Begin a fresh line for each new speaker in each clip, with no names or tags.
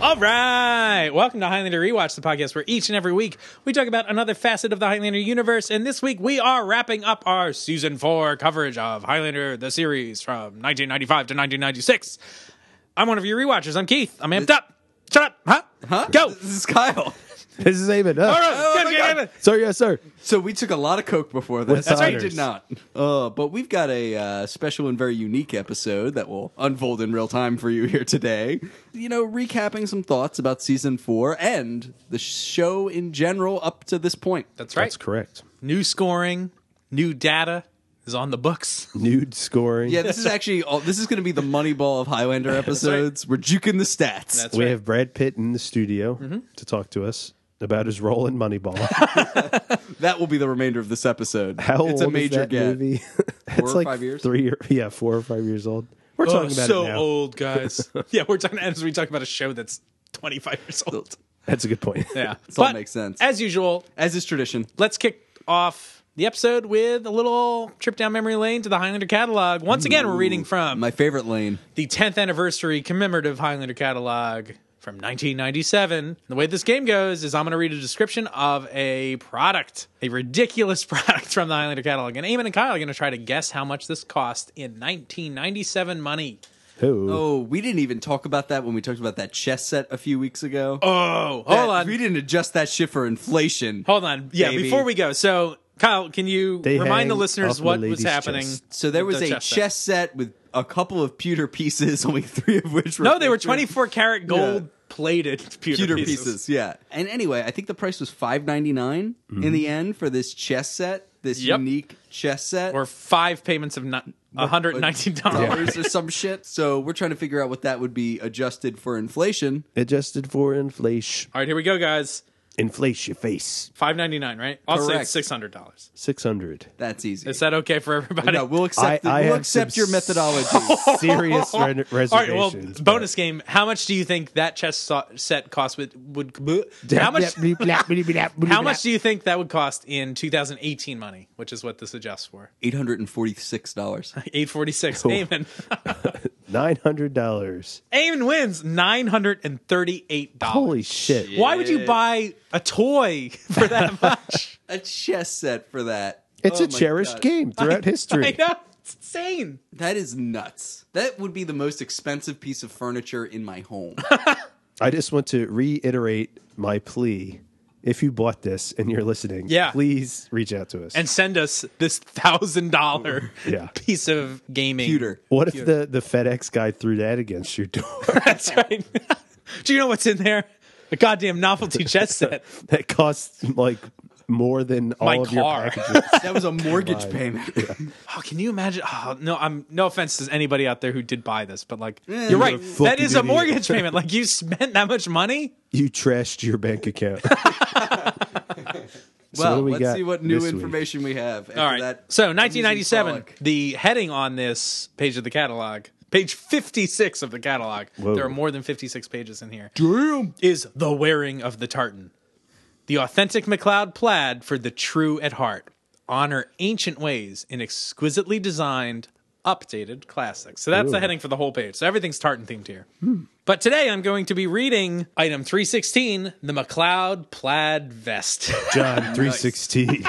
All right. Welcome to Highlander Rewatch, the podcast where each and every week we talk about another facet of the Highlander universe. And this week we are wrapping up our season four coverage of Highlander, the series from 1995 to 1996. I'm one of your rewatchers. I'm Keith. I'm amped up. Shut up. Huh?
Huh?
Go.
This is Kyle.
This is Amen.
All right.
Oh
Good,
my
good,
God.
good.
Sir, yes, sir.
So we took a lot of coke before this.
That's
I
right.
did not. Uh, but we've got a uh, special and very unique episode that will unfold in real time for you here today. You know, recapping some thoughts about season four and the show in general up to this point.
That's right.
That's correct.
New scoring, new data is on the books.
Nude scoring.
Yeah, this is actually all, this is going to be the Moneyball of Highlander episodes. We're juking the
That's
stats.
we
right. Mm-hmm.
have Brad Pitt in the studio to talk to us about his role in Moneyball.
that will be the remainder of this episode.
How
it's a
old
major
is that
get.
movie?
or
it's like
five years?
three or yeah, four or five years old. We're
oh,
talking about
so
it now.
old, guys. yeah, we're talking as we talk about a show that's 25 years old.
That's a good point.
Yeah.
This all
But,
makes sense.
As usual,
As is tradition.
let's kick off the episode with a little trip down memory lane to the Highlander catalog. Once again, we're reading from
My favorite lane.
the 10th anniversary commemorative Highlander catalog from 1997. The way this game goes is I'm going to read a description of a product, a ridiculous product from the Highlander catalog. And Eamon and Kyle are going to try to guess how much this cost in 1997 money.
Who?
Oh, we didn't even talk about that when we talked about that chess set a few weeks ago.
Oh, hold
That-
on.
We didn't adjust that shit for inflation.
hold on. Yeah,
Baby.
before we go. So, Kyle, can you
They hang
remind the
up
listeners
the
what was
lady's
happening?
chest.
So there
with
was
the
a chess,
set?
set. with a couple of pewter pieces, only three of which were
No, they were
picture-
24 karat gold plated pewter,
pewter pieces.
pieces.
Yeah. And anyway, I think the price was five ninety nine in the end for this chess set, this
Yep.
unique chess set.
Or five payments of ni- $119.
dollars or some shit. So we're trying to figure out what that would be adjusted for inflation.
Adjusted for inflation.
All right, here we go, guys.
Inflate your face.
599 right? I'll say it's
Correct.
$600.
Six hundred.
That's easy.
Is that okay for everybody?
no, we'll
I,
accept. the-
I
we'll
have
accept
some
your methodology.
Serious re- reservations.
All right, well,
but-
bonus game. How much do you think that chess so- set cost would would how much how much do you think that would cost in 2018 money, which is what this adjusts for?
Eight hundred and forty six dollars.
846.
Cool.
Eamon.
Nine hundred dollars.
Eamon wins $938.
Holy shit!
Why would you buy a toy for that much?
A chess set for that.
It's
Oh
a
my
cherished
God.
game throughout history.
I know. It's insane.
That is nuts. That would be the most expensive piece of furniture in my home.
I just want to reiterate my plea. If you bought this and you're listening,
Yeah.
please reach out to us.
And send us this thousand dollar
Yeah.
piece of gaming.
Pewter.
what if the, the FedEx guy threw that against your door?
That's right. Do you know what's in there? A goddamn novelty chess set.
that costs like more than all
My
of
car.
your packages.
That was a mortgage payment.
Oh, can you imagine? Oh, no, I'm no offense to anybody out there who did buy this, but like you're right.
fucking
That is a
idiot.
mortgage payment. Like you spent that much money.
you trashed your bank account.
well,
what do we
let's
got
see what new
this week?
information we have. After
All right.
That
so
amusing
1997,
frolic.
the heading on this page of the catalog, page 56 of the catalog.
Whoa.
There are more than 56 pages in here. Is the wearing of the tartan, the authentic McLeod plaid for the true at heart, honor ancient ways in exquisitely designed, updated classics. So that's the
Ooh. Hmm.
heading for the whole page. So everything's tartan themed here. But today I'm going to be reading item 316, the McLeod plaid vest.
John three sixteen,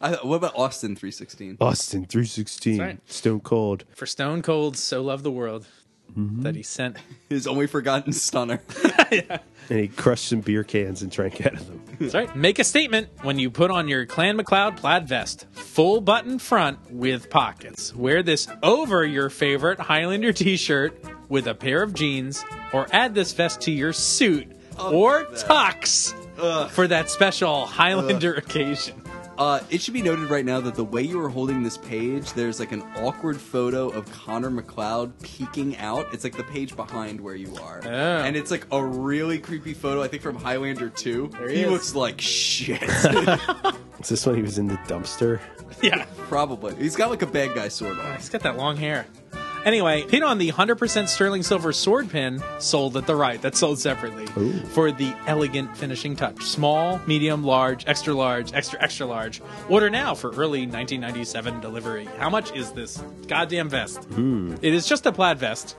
I- what about Austin 316?
Austin three sixteen,
That's right.
Stone Cold.
for Stone Cold So Love the World that he sent.
His only forgotten stunner.
And he crushed some beer cans and drank out of them.
That's right. Make a statement when you put on your Clan McLeod plaid vest, full button front with pockets. Wear this over your favorite Highlander t shirt with a pair of jeans, or add this vest to your suit or
that.
tux for that special Highlander occasion.
Uh, it should be noted right now that the way you were holding this page, there's like an awkward photo of Connor McLeod peeking out. It's like the page behind where you are.
Oh.
And it's like a really creepy photo, I think from Highlander 2.
he
he
is.
looks like shit.
Is this when he was in the dumpster?
Yeah.
Probably. He's got like a bad guy sword on.
He's got that long hair. Anyway, pin on the 100% sterling silver sword pin sold at the right. That's sold separately
Ooh.
for the elegant finishing touch. Small, medium, large, extra large, extra, extra large. Order now for early
Hmm.
1997 delivery. How much is this goddamn vest? It is just a plaid vest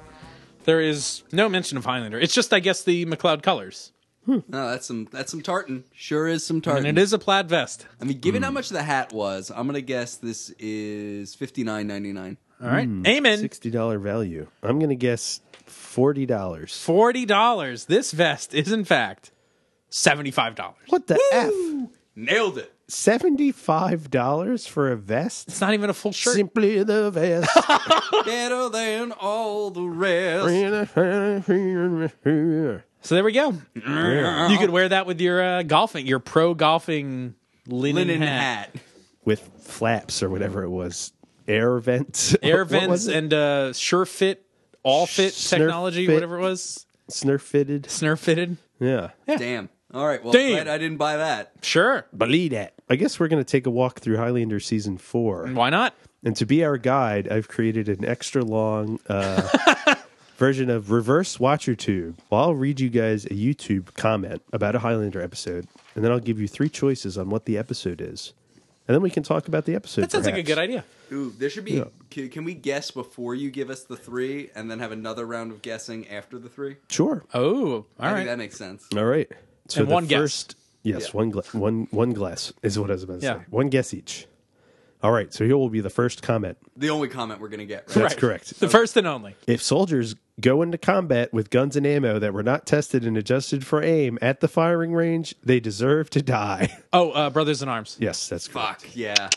There is no mention of Highlander. It's just, I guess, the McLeod colors.
No, that's some that's some tartan. Sure is some tartan.
And it is Mm. a plaid vest.
I mean, given how much the hat was, I'm gonna guess this is fifty nine ninety nine.
All right.
Hmm.
Amen.
Sixty dollar value. I'm gonna guess forty dollars.
$40. This vest is, in fact, $75.
What the f?
Nailed it.
Seventy five dollars for a vest?
It's not even a full shirt.
Simply the vest.
Better than all the rest.
So there we go. You could wear that with your uh, golfing, your pro golfing linen,
Linen
hat.
hat.
With flaps or whatever it was. Air vents.
Air
What- what
vents
was it?
and uh, sure fit, all fit
Snurf
technology,
fit.
whatever it was.
snurf fitted.
Snurf fitted.
Yeah.
Damn. All right. Well,
Damn.
glad I didn't buy that.
Sure.
Believe that. I guess we're going to take a walk through Highlander season four.
Why not?
And to be our guide, I've created an extra long uh, version of Reverse Watcher Tube. Well, I'll read you guys a YouTube comment about a Highlander episode, and then I'll give you three choices on what the episode is. And then we can talk about the episode.
That sounds like a
perhaps.
good idea.
Ooh, there should be. Can, can we guess before you give us the three, and then have another round of guessing after the three?
Sure.
Oh, all
I think that
right.
makes sense.
All right. So
And
the
one guess.
yes,
Yeah.
one, gla- one, one glass is what I was about to
Yeah.
say. One guess each. All right. So here will be the first comment.
The only comment we're gonna get. Right?
That's correct.
The first and only.
If soldiers go into combat with guns and ammo that were not tested and adjusted for aim at the firing range, they deserve to die.
Oh, uh, Brothers in Arms.
Yes, that's correct.
Fuck yeah.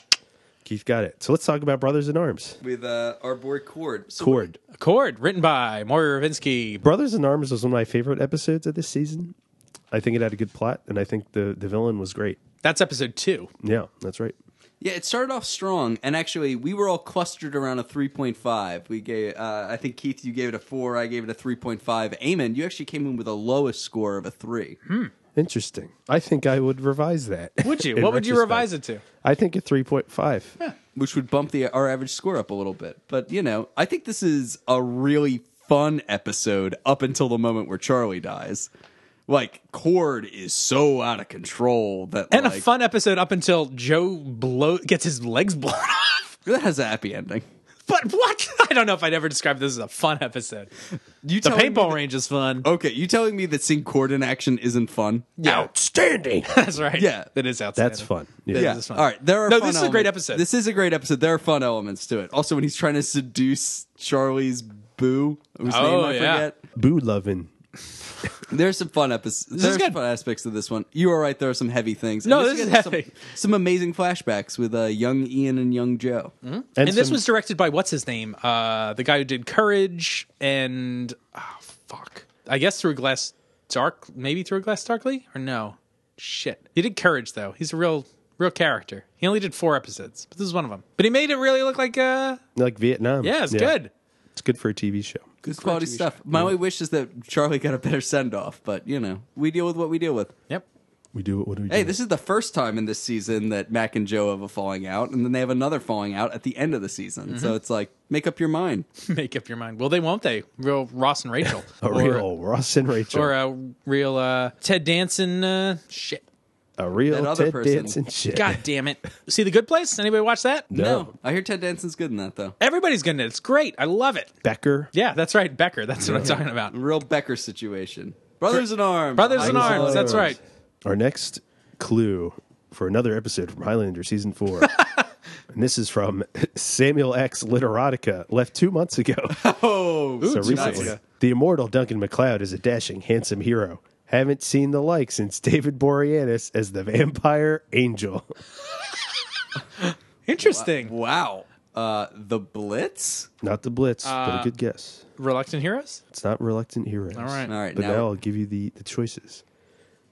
Keith got it. So let's talk about Brothers in Arms.
With uh, our boy Cord. So
Cord.
Accord, written by Moira Ravinsky.
Brothers in Arms was one of my favorite episodes of this season. I think it had a good plot, and I think the, the villain was great.
That's episode two.
Yeah, that's right.
Yeah, it started off strong, and actually, we were all clustered around a three point five. We gave, uh, I think Keith, you gave it a four. I gave it a three point five. Eamon, you actually came in with a lowest score of a three.
Hmm.
Interesting. I think I would revise that.
Would you?
in
what would you
retrospect.
revise it to?
I think a 3.5.
which would bump the our average score up a little bit. But you know, I think this is a really fun episode up until the moment where Charlie dies. Like Cord is so out of control that
And
like,
a fun episode up until Joe blow gets his legs blown off.
that has a happy ending.
But what? I don't know if I'd ever describe this as a fun episode.
You
The
telling me
paintball
that- Oh,
range is fun.
Okay, you telling me that seeing Cord in action isn't fun?
Outstanding.
That's right.
Yeah.
that is outstanding.
That's fun.
Yeah.
is fun.
All right. There are
No,
fun
this is a great
elements.
episode.
This is a great episode. There are fun elements to it. Also, when he's trying to seduce Charlie's boo, whose
Oh,
name I
yeah.
forget.
Boo loving.
There's some fun episodes. There's
good.
fun aspects of this one. You are right. There are some heavy things.
No,
And
this
again,
is heavy.
Some, some amazing flashbacks with uh, young Ian and young Joe.
And, this
some-
was directed by what's his name? Uh, the guy who did Courage and oh, fuck, I guess Through Glass Dark, maybe Through Glass Darkly or no, shit. He did Courage though. He's a real, real character. He only did four episodes, but this is one of them. But he made it really look like uh,
like Vietnam.
yeah, it's good.
It's good for a TV show.
Good quality
TV
stuff. My only wish is that Charlie got a better send off, but you know, we deal with what we deal with.
Yep.
We do it. What do we do?
Mm.
Hey, this is the first time in this season that Mac and Joe have a falling out, and then they have another falling out at the end of the season.
Mm-hmm.
So it's like, make up your mind.
Make up your mind. Well, they won't. They real Ross and Rachel,
a real Ross and Rachel.
or a real uh, Ted Danson. Uh, shit.
a real
That other
Ted
person.
Danson shit.
God damn it. See the Good Place? Anybody watch that?
No.
I hear Ted Danson's good in that though.
Everybody's good in it. It's great. I love it.
Becker.
Yeah, that's right, Becker. That's what I'm talking about.
Real Becker situation. Brothers in arms.
Brothers in
High
Arms.
five.
That's right.
Our next clue for another episode from Highlander season four. and this is from Samuel X. Literatica, left two months ago.
Oh,
so
two months
recently.
ago.
The immortal Duncan MacLeod is a dashing, handsome hero. Haven't seen the like since David Boreanaz as the vampire angel.
Interesting.
wow. Uh, the Blitz.
Not the Blitz, but a good guess.
Reluctant Heroes?
It's not Reluctant Heroes.
Uh, All right.
All right,
But
now,
now, I'll give you the, the choices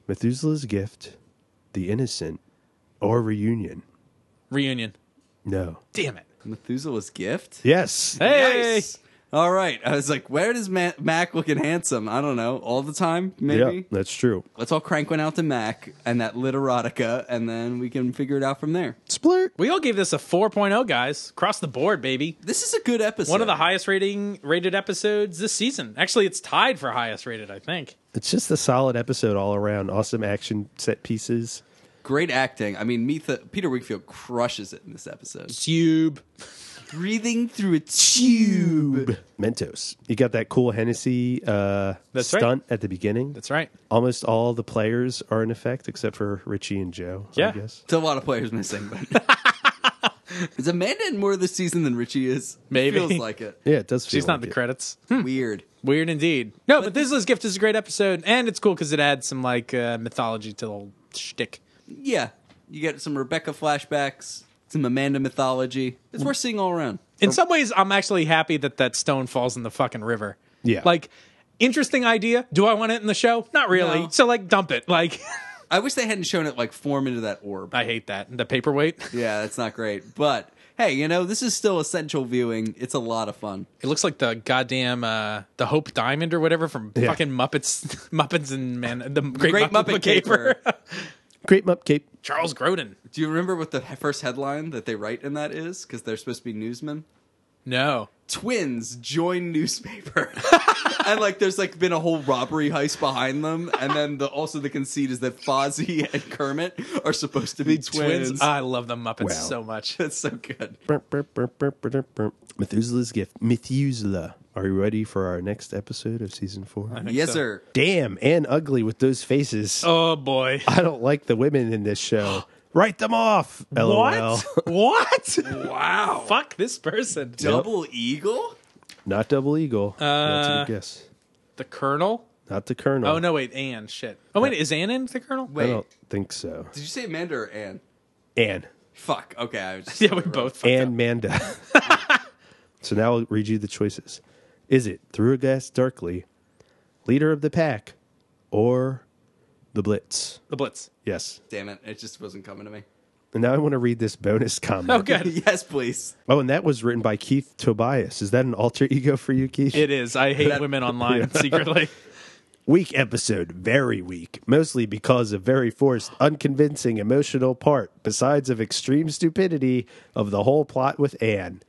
Methuselah's Gift, The Innocent, or Reunion.
Reunion.
No.
Damn it.
Methuselah's gift.
Yes.
Hey.
Nice. All right, I was like, where does Ma- Mac looking handsome? I don't know, all the time, maybe.
Yeah, that's true.
Let's all crank one out to Mac and that lit erotica, and then we can figure it out from there.
Splurt.
We all gave this a 4.0, guys. Across the board, baby.
This is a good episode.
One of the highest rating rated episodes this season. Actually, it's tied for highest rated, I think.
It's just a solid episode all around. Awesome action set pieces.
great acting. I mean, Metha- Peter Wigfield crushes it in this episode.
Tube.
breathing through a tube.
Mentos. You got that cool Hennessy uh,
That's right.
stunt at the beginning.
That's right.
Almost all the players are in effect except for Richie and Joe.
Yeah.
I guess.
It's a lot of players missing, but. Is Amanda in more this season than Richie is?
Maybe.
Feels like it.
Yeah, it does. Feel
She's not in
like
the
it.
credits. Hmm.
Weird.
Weird indeed. No, but Thizzler's Gift is a great episode, and it's cool because it adds some like uh, mythology to the whole shtick.
Yeah. You get some Rebecca flashbacks, some Amanda mythology. It's worth seeing all around.
In some ways, I'm actually happy that that stone falls in the fucking river.
Yeah.
Like, interesting idea. Do I want it in the show? Not really.
No.
So like, dump it. Like,
I wish they hadn't shown it like form into that orb.
I hate that the paperweight.
Yeah, that's not great. But hey, you know, this is still essential viewing. It's a lot of fun.
It looks like the goddamn uh, the Hope Diamond or whatever from
Yeah.
fucking Muppets, Muppets and Man, the Great,
Great
Muppet,
Muppet
Caper.
Great Mup Cape.
Charles Grodin.
Do you remember what the he- first headline that they write in that is? Because they're supposed to be newsmen.
No.
Twins join newspaper, and like there's like been a whole robbery heist behind them, and then the also the conceit is that Fozzie and Kermit are supposed to be twins.
Twins. I love the Muppets
Wow.
so much.
that's so good.
Burp, burp, burp, burp, burp, burp. Methuselah's gift. Methuselah. Are you ready for our next episode of season four?
Yes,
so.
sir.
Damn, and ugly with those faces.
Oh boy.
I don't like the women in this show. Write them off. LOL.
What? what?
Wow,
Fuck this person.
double eagle.
Not double eagle. That's a good guess.
The Colonel?
Not the colonel.
Oh no, wait, Anne. Shit. Oh wait, is Anne in the Colonel?
I
Wait,
don't think so.
did you say Amanda or Anne?
And
Fuck. Okay, I was just
Yeah, we both. fucked
and Manda. so now I'll read you the choices. Is it through a glass darkly, leader of the pack, or the Blitz?
up. the Blitz.
Yes.
Damn it! It just wasn't coming to me.
And now I want to read this bonus
Oh
comment.
good.
yes, please.
Oh, and that was written by Keith Tobias. Is that an alter ego for you, Keith?
It is. I hate women online secretly.
Weak episode, very weak, mostly because of very forced, unconvincing emotional part, besides of extreme stupidity of the whole plot with Anne.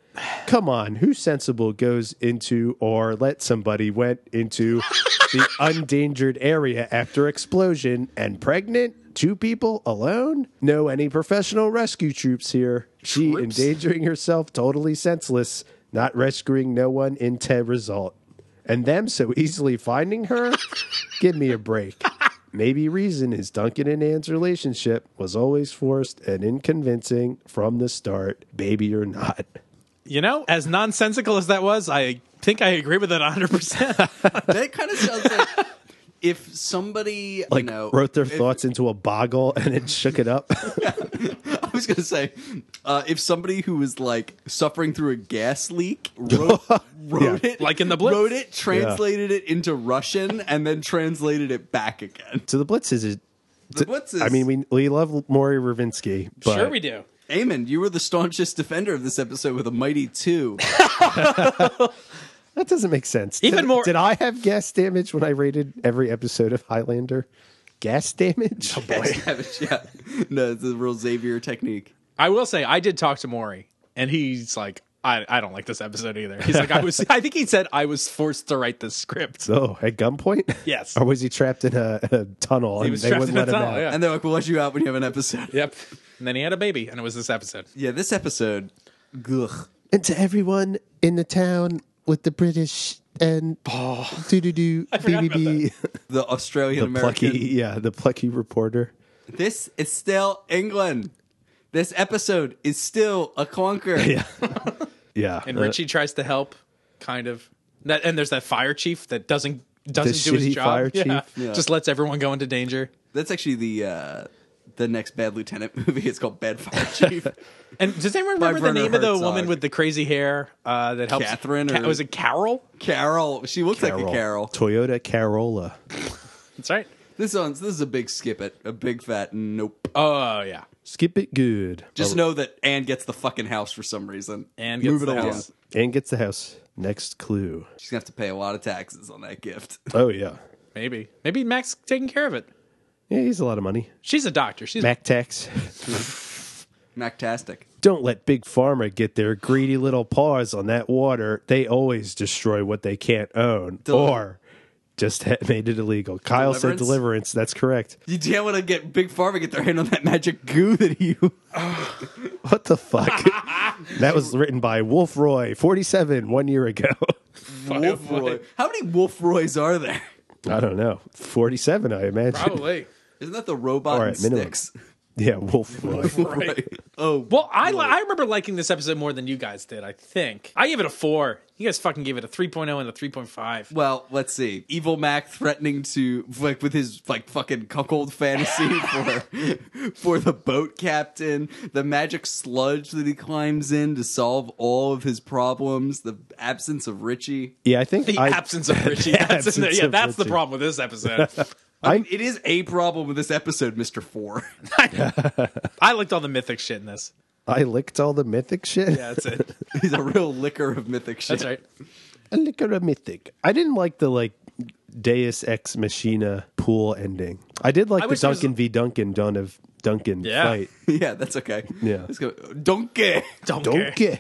Come on, who sensible goes into or let somebody went into the undangered area after explosion and pregnant? Two people alone? No, any professional rescue troops here. She endangering herself totally senseless, not rescuing no one into result and them so easily finding her? Give me a break. Maybe reason is Duncan and Ann's relationship was always forced and inconvincing from the start, baby or not.
You know, as nonsensical as that was, I think I agree with it 100. percent
That kind of sounds like if somebody
Like
you know,
wrote their
if-
thoughts into a boggle and then shook it up.
I was gonna say, uh, if somebody who was like suffering through a gas leak wrote, wrote it,
Like in the Blitz.
wrote it, translated it into Russian, and then translated it back again.
so the Blitz is a
The Blitz is,
I mean, we we love Maury Ravinsky, but
Sure, we do.
Eamon, you were the staunchest defender of this episode with a mighty two.
that doesn't make sense.
Even
did,
more-
Did I have gas damage when I rated every episode of Highlander? Gas damage?
Savage, yeah, no, it's a real Xavier technique.
I will say I did talk to Maury, and he's like, I, I don't like this episode either. He's like, I was. I think he said I was forced to write this script.
Oh, at gunpoint?
Yes.
Or was he trapped in a, a tunnel and
was
they
trapped
wouldn't
in a
let him
tunnel,
out?
yeah.
And they're like, "We'll let you out when you have an episode."
Yep. And then he had a baby, and it was this episode.
Yeah, this episode, ugh.
And to everyone in the town with the British and doo doo doo
forgot about
BBB.
the Australian
The plucky,
American.
yeah, the plucky reporter.
This is still England. This episode is still a clunker.
Yeah. Yeah.
And
uh,
Richie tries to help, kind of. That and there's that fire chief that doesn't doesn't do
shitty
his job.
fire
Yeah.
chief.
Yeah.
Just lets everyone go into danger.
That's actually the uh, the next Bad Lieutenant movie. It's called Bad Fire Chief.
And does anyone
By
remember the
Werner
name of the
Herzog.
woman with the crazy hair uh, that helps?
Catherine
Ca-
or-
was it Carol?
Carol. She looks like a Carol.
Toyota Carola.
That's right.
This one's this is a big skip it. A big fat nope.
Oh yeah.
Skip it good.
Just know that Anne gets the fucking house for some reason.
Oh. Anne gets the house.
Oh, and gets the house. Next clue.
She's gonna have to pay a lot of taxes on that gift.
Oh, yeah.
Maybe. Maybe Mac's taking care of it.
Yeah, he's a lot of money.
She's a doctor. She's
Mac tax.
Mactastic.
Don't let Big Pharma get their greedy little paws on that water. They always destroy what they can't own.
Duh.
Or just ha- made it illegal. Kyle said
Deliverance?
deliverance. That's correct.
You damn want to get Big Pharma get their hand on that magic goo that you.
What the fuck? that was written by Wolf Roy, 47, one year ago.
Wolf Roy. How many Wolf Roys are there?
I don't know. 47, I imagine.
Probably.
Isn't that the robot
Or
and
at minimum.
sticks?
Yeah, Wolf Roy.
Right.
Oh,
Well, I, li- I remember liking this episode more than you guys did, I think. I gave it a 4. You guys fucking gave it a 3.0 and a 3.5.
well, let's see. Evil Mac threatening to like with his like fucking cuckold fantasy for for the boat captain, the magic sludge that he climbs in to solve all of his problems, the absence of Richie.
Yeah, I think
The
I,
absence of Richie. That's in there.
absence
yeah,
of
that's the
Richie.
problem with this episode.
I mean, it is a problem with this episode, Mister Four.
I liked all the mythic shit in this.
I licked all the mythic shit.
Yeah, that's it.
He's a real licker of mythic shit.
That's right.
A liquor of mythic. I didn't like the like Deus Ex Machina pool ending. I did like
I
the
wish there was-
Duncan v Duncan done of Duncan
Yeah.
fight.
Yeah, that's okay.
Yeah.
let's go. Donkey.
Don't, care.
Donkey.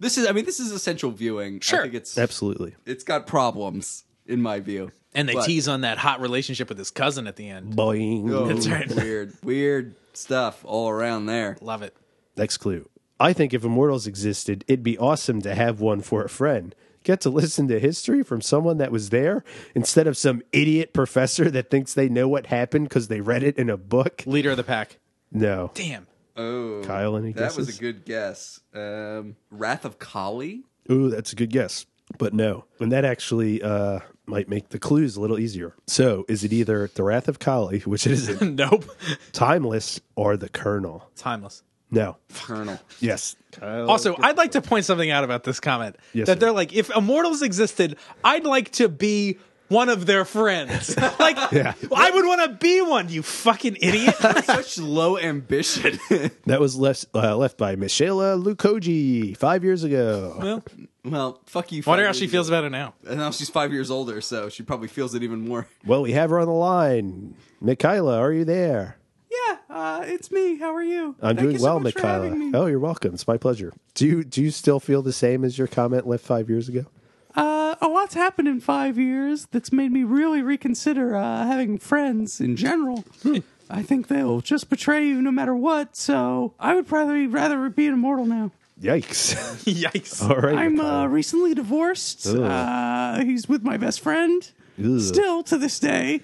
This is. I mean, this is essential viewing.
Sure.
I think it's
Absolutely.
it's got problems in my view.
And they
But-
tease on that hot relationship with his cousin at the end.
Boing.
Oh,
That's right.
Weird, weird stuff all around there.
Love it.
Next clue. I think if immortals existed, it'd be awesome to have one for a friend. Get to listen to history from someone that was there instead of some idiot professor that thinks they know what happened because they read it in a book.
Leader of the pack.
No.
Damn.
Oh,
Kyle, any
that was
guesses?
a good guess. Um, Wrath of Kali.
Ooh, that's a good guess, but no. And that actually uh, might make the clues a little easier. So, is it either The Wrath of Kali, which it isn't,
nope.
Timeless, or The Colonel?
Timeless.
No.
Colonel.
Yes.
Also, I'd like to point something out about this comment.
Oh, Yes,
that
sir.
they're like, if immortals existed, I'd like to be one of their friends. like, I would want to be one, you fucking idiot.
Such low ambition.
That was left, uh, left by Michaela Lukoji five years ago.
well,
well, fuck you.
wonder how she feels about it now.
And now she's five years older, so she probably feels it even more.
Well, we have her on the line. Michaela, are you there?
Yeah, uh, it's me. How are you?
I'm
Thank
doing
you so
well,
much for
Michaela.
having me.
Oh, you're welcome. It's my pleasure. Do you do you still feel the same as your comment left five years ago?
Uh, a lot's happened in five years that's made me really reconsider uh, having friends in general.
Hmm.
I think they'll just betray you no matter what, so I would probably rather be an immortal now.
Yikes!
Yikes.
All right,
I'm uh,
Michaela.
recently divorced.
Ugh.
Uh, he's with my best friend.
Ugh.
Still to this day,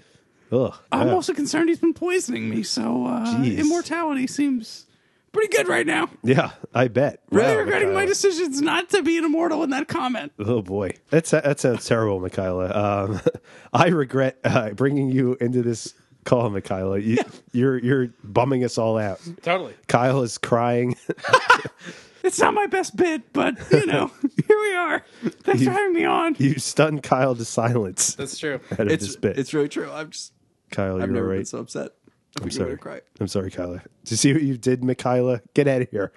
Ugh.
I'm
Yeah.
also concerned he's been poisoning me. So uh,
Jeez.
immortality seems pretty good right now.
Yeah, I bet.
Really
Wow,
regretting my
Michaela.
decisions not to be an immortal in that comment.
Oh boy, that's that sounds terrible, Michaela. Um, I regret uh, bringing you into this call, Michaela. You, You're you're bumming us all out.
Totally.
Kyle is crying.
It's not my best bit, but you know, here we are. Thanks for having me on.
you stunned Kyle to silence.
That's true.
out of
It's,
this bit.
it's really true. I'm just,
Kyle,
I've
you're
never been
right.
so upset. I
I'm
think I'm going
sorry.
to cry.
I'm sorry, Kyla. Do you see what you did, Michaela? Get out of here.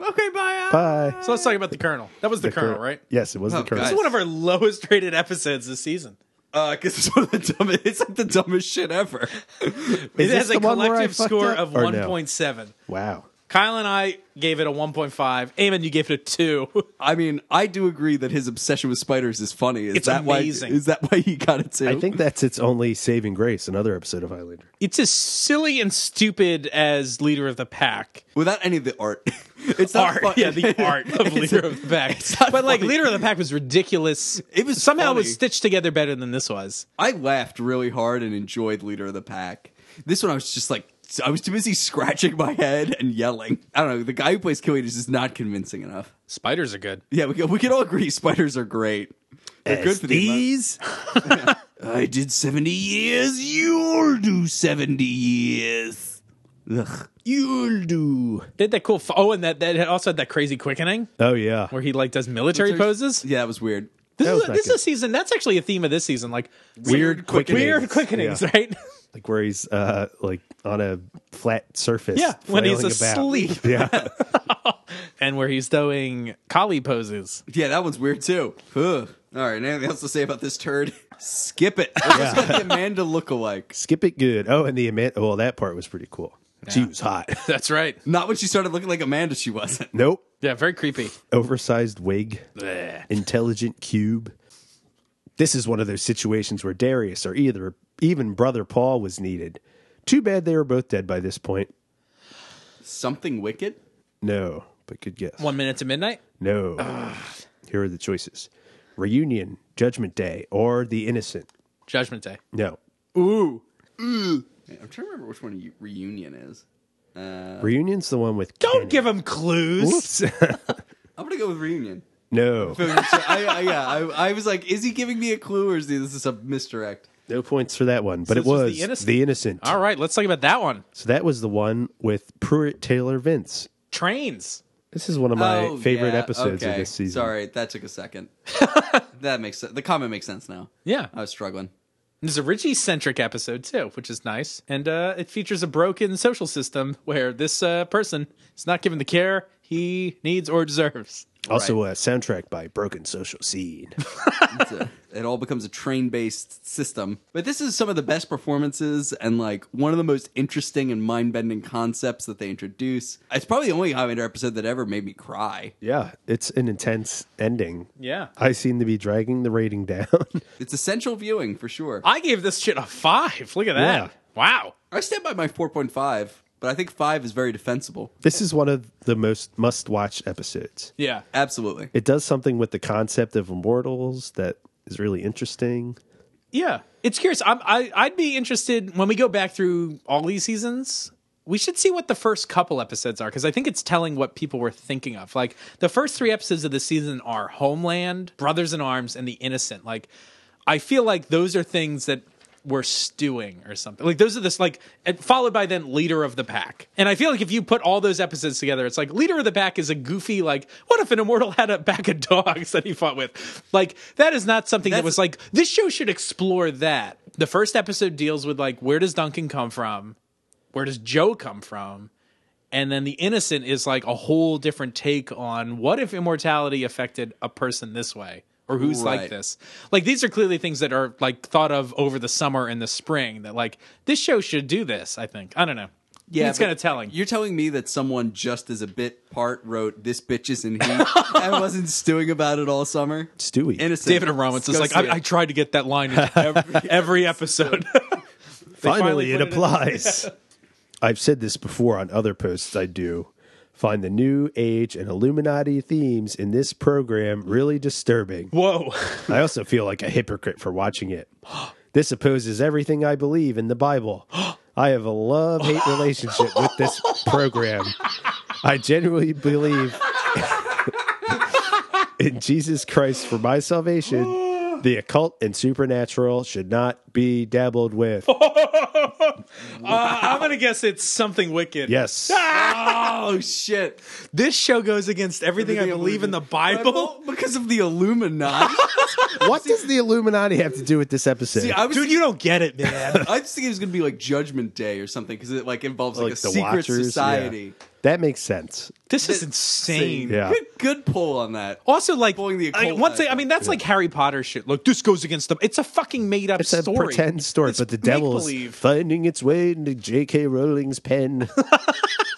Okay,
uh,
bye.
Bye.
So let's talk about the Colonel. That was the, Colonel,
Cur-
right?
Yes, it was
Oh,
the Colonel.
It's one of our lowest rated episodes this season.
Uh, cause it's one of the dumbest, it's like the dumbest shit ever.
It
Is
has
this
a
the one where I
collective
fucked
score
up?
of
Or no?
1.7.
Wow.
Kyle and I gave it a 1.5. Eamon, you gave it a 2.
I mean, I do agree that his obsession with spiders is funny. Is
It's
that
amazing.
why? Is that why he got it too?
I think that's its only saving grace. Another episode of Highlander.
it's as silly and stupid as Leader of the Pack.
without any of the art, it's not
art.
fun-
Yeah, the art of Leader of the Pack.
not
But like
funny.
Leader of the Pack was ridiculous.
It was
somehow it was
funny.
stitched together better than this was.
I laughed really hard and enjoyed Leader of the Pack. This one, I was just like, I was too busy scratching my head and yelling. I don't know. The guy who plays Killian is just not convincing enough.
Spiders are good.
Yeah, we can, we can all agree spiders are great. They're good for the
These?
amount- I did 70 years. You'll do 70 years. Ugh.
You'll do.
They had that cool. F- oh, and that that it also had that crazy quickening
Oh, yeah.
where he like does military poses.
Yeah, that was weird.
This
That
is
was
a,
not
this is
good.
a season. That's actually a theme of this season. Like
Weird quickenings.
weird quickenings,
Yeah.
right?
Like where he's uh, like on a flat surface.
Yeah, when he's
flailing about.
asleep.
Yeah.
and where he's doing collie poses.
Yeah, that one's weird too. Ugh. All right, anything else to say about this turd? Skip it. Let's just make Amanda look alike.
Skip it good. Oh, and the Amanda. Well, that part was pretty cool. She was hot.
That's right.
Not when she started looking like Amanda, she wasn't.
nope.
Yeah, very creepy.
Oversized wig.
Blech.
Intelligent cube. This is one of those situations where Darius or either even brother Paul was needed. Too bad they were both dead by this point.
Something wicked?
No, but good guess.
One minute to midnight.
No. Here are the choices Reunion, Judgment Day, or The Innocent.
Judgment Day.
No.
Ooh.
I'm trying to remember which one you- reunion is.
Reunion's the one with.
Uh. Don't give him clues.
Whoops.
I'm gonna go with reunion.
no.
I, I, yeah, I, I was like, is he giving me a clue or is this is a misdirect?
No points for that one, but
So
it
this was
was,
The Innocent?
The Innocent.
All right, let's talk about that one.
So that was the one with Pruitt Taylor Vince.
Trains.
This is one of my
Oh,
favorite
yeah,
episodes of
okay.
this season.
Sorry, that took a second. that makes sense. The comment makes sense now.
Yeah.
I was struggling.
It's a Richie centric episode too, which is nice. And uh, it features a broken social system where this uh, person is not given the care he needs or deserves.
Also, a soundtrack by Broken Social Scene.
It's a- it all becomes a train based system. But this is some of the best performances and like one of the most interesting and mind bending concepts that they introduce. It's probably the only Highlander episode that ever made me cry.
yeah, it's an intense ending.
Yeah.
I seem to be dragging the rating down.
It's essential viewing for sure.
I gave this shit a five. Look at that.
Yeah.
Wow.
I stand by my 4.5, but I think 5 is very defensible.
this is one of the most must watch episodes.
Yeah.
Absolutely.
It does something with the concept of immortals that is really interesting.
Yeah. It's curious. I'm, I, I'd be interested when we go back through all these seasons. We should see what the first couple episodes are because I think it's telling what people were thinking of. Like the first three episodes of the season are Homeland, Brothers in Arms, and The Innocent. Like, I feel like those are things that were stewing or something. Like those are this like and followed by then leader of the pack. And I feel like if you put all those episodes together, it's like leader of the pack is a goofy like what if an immortal had a pack of dogs that he fought with? Like that is not something that
That's-
was like this show should explore that. The first episode deals with like where does Duncan come from? Where does Joe come from? And then the innocent is like a whole different take on what if immortality affected a person this way or who's like
Right.
this. Like these are clearly things that are like thought of over the summer and the spring that like this show should do this, I think. I don't know.
Yeah,
it's kind of
but
telling.
You're telling me that someone just as a bit part wrote "This bitch is in heat" and wasn't stewing about it all summer.
Stewie.
Innocent.
David and Romans is
Go
like
see
I,
it.
I tried to get that line into every, every episode. finally
Finally, it
put it in.
applies. I've said this before on other posts I do. Find the new age and Illuminati themes in this program really disturbing.
Whoa.
I also feel like a hypocrite for watching it. This opposes everything I believe in the Bible. I have a love hate relationship with this program. I genuinely believe in Jesus Christ for my salvation. The occult and supernatural should not be dabbled with.
Uh, I'm going to guess it's something wicked.
Yes.
Oh shit!
This show goes against everything, I believe in the Bible.
because of the Illuminati.
What does the Illuminati have to do with this episode?
See, I was.
Dude, you don't get it, man.
I just think it was gonna be like Judgment Day or something because it like involves like, a secret
yeah.
society.
That makes sense.
this is insane.
Yeah.
Good, good pull on that.
Also, like
Pulling the
I-
occult
once I,
back
I mean, that's like Harry Potter shit. Like this goes against them. It's a fucking made up
It's a
story.
pretend story,
It's
but the devil is
make-believe.
finding its way into J.K. Rowling's pen.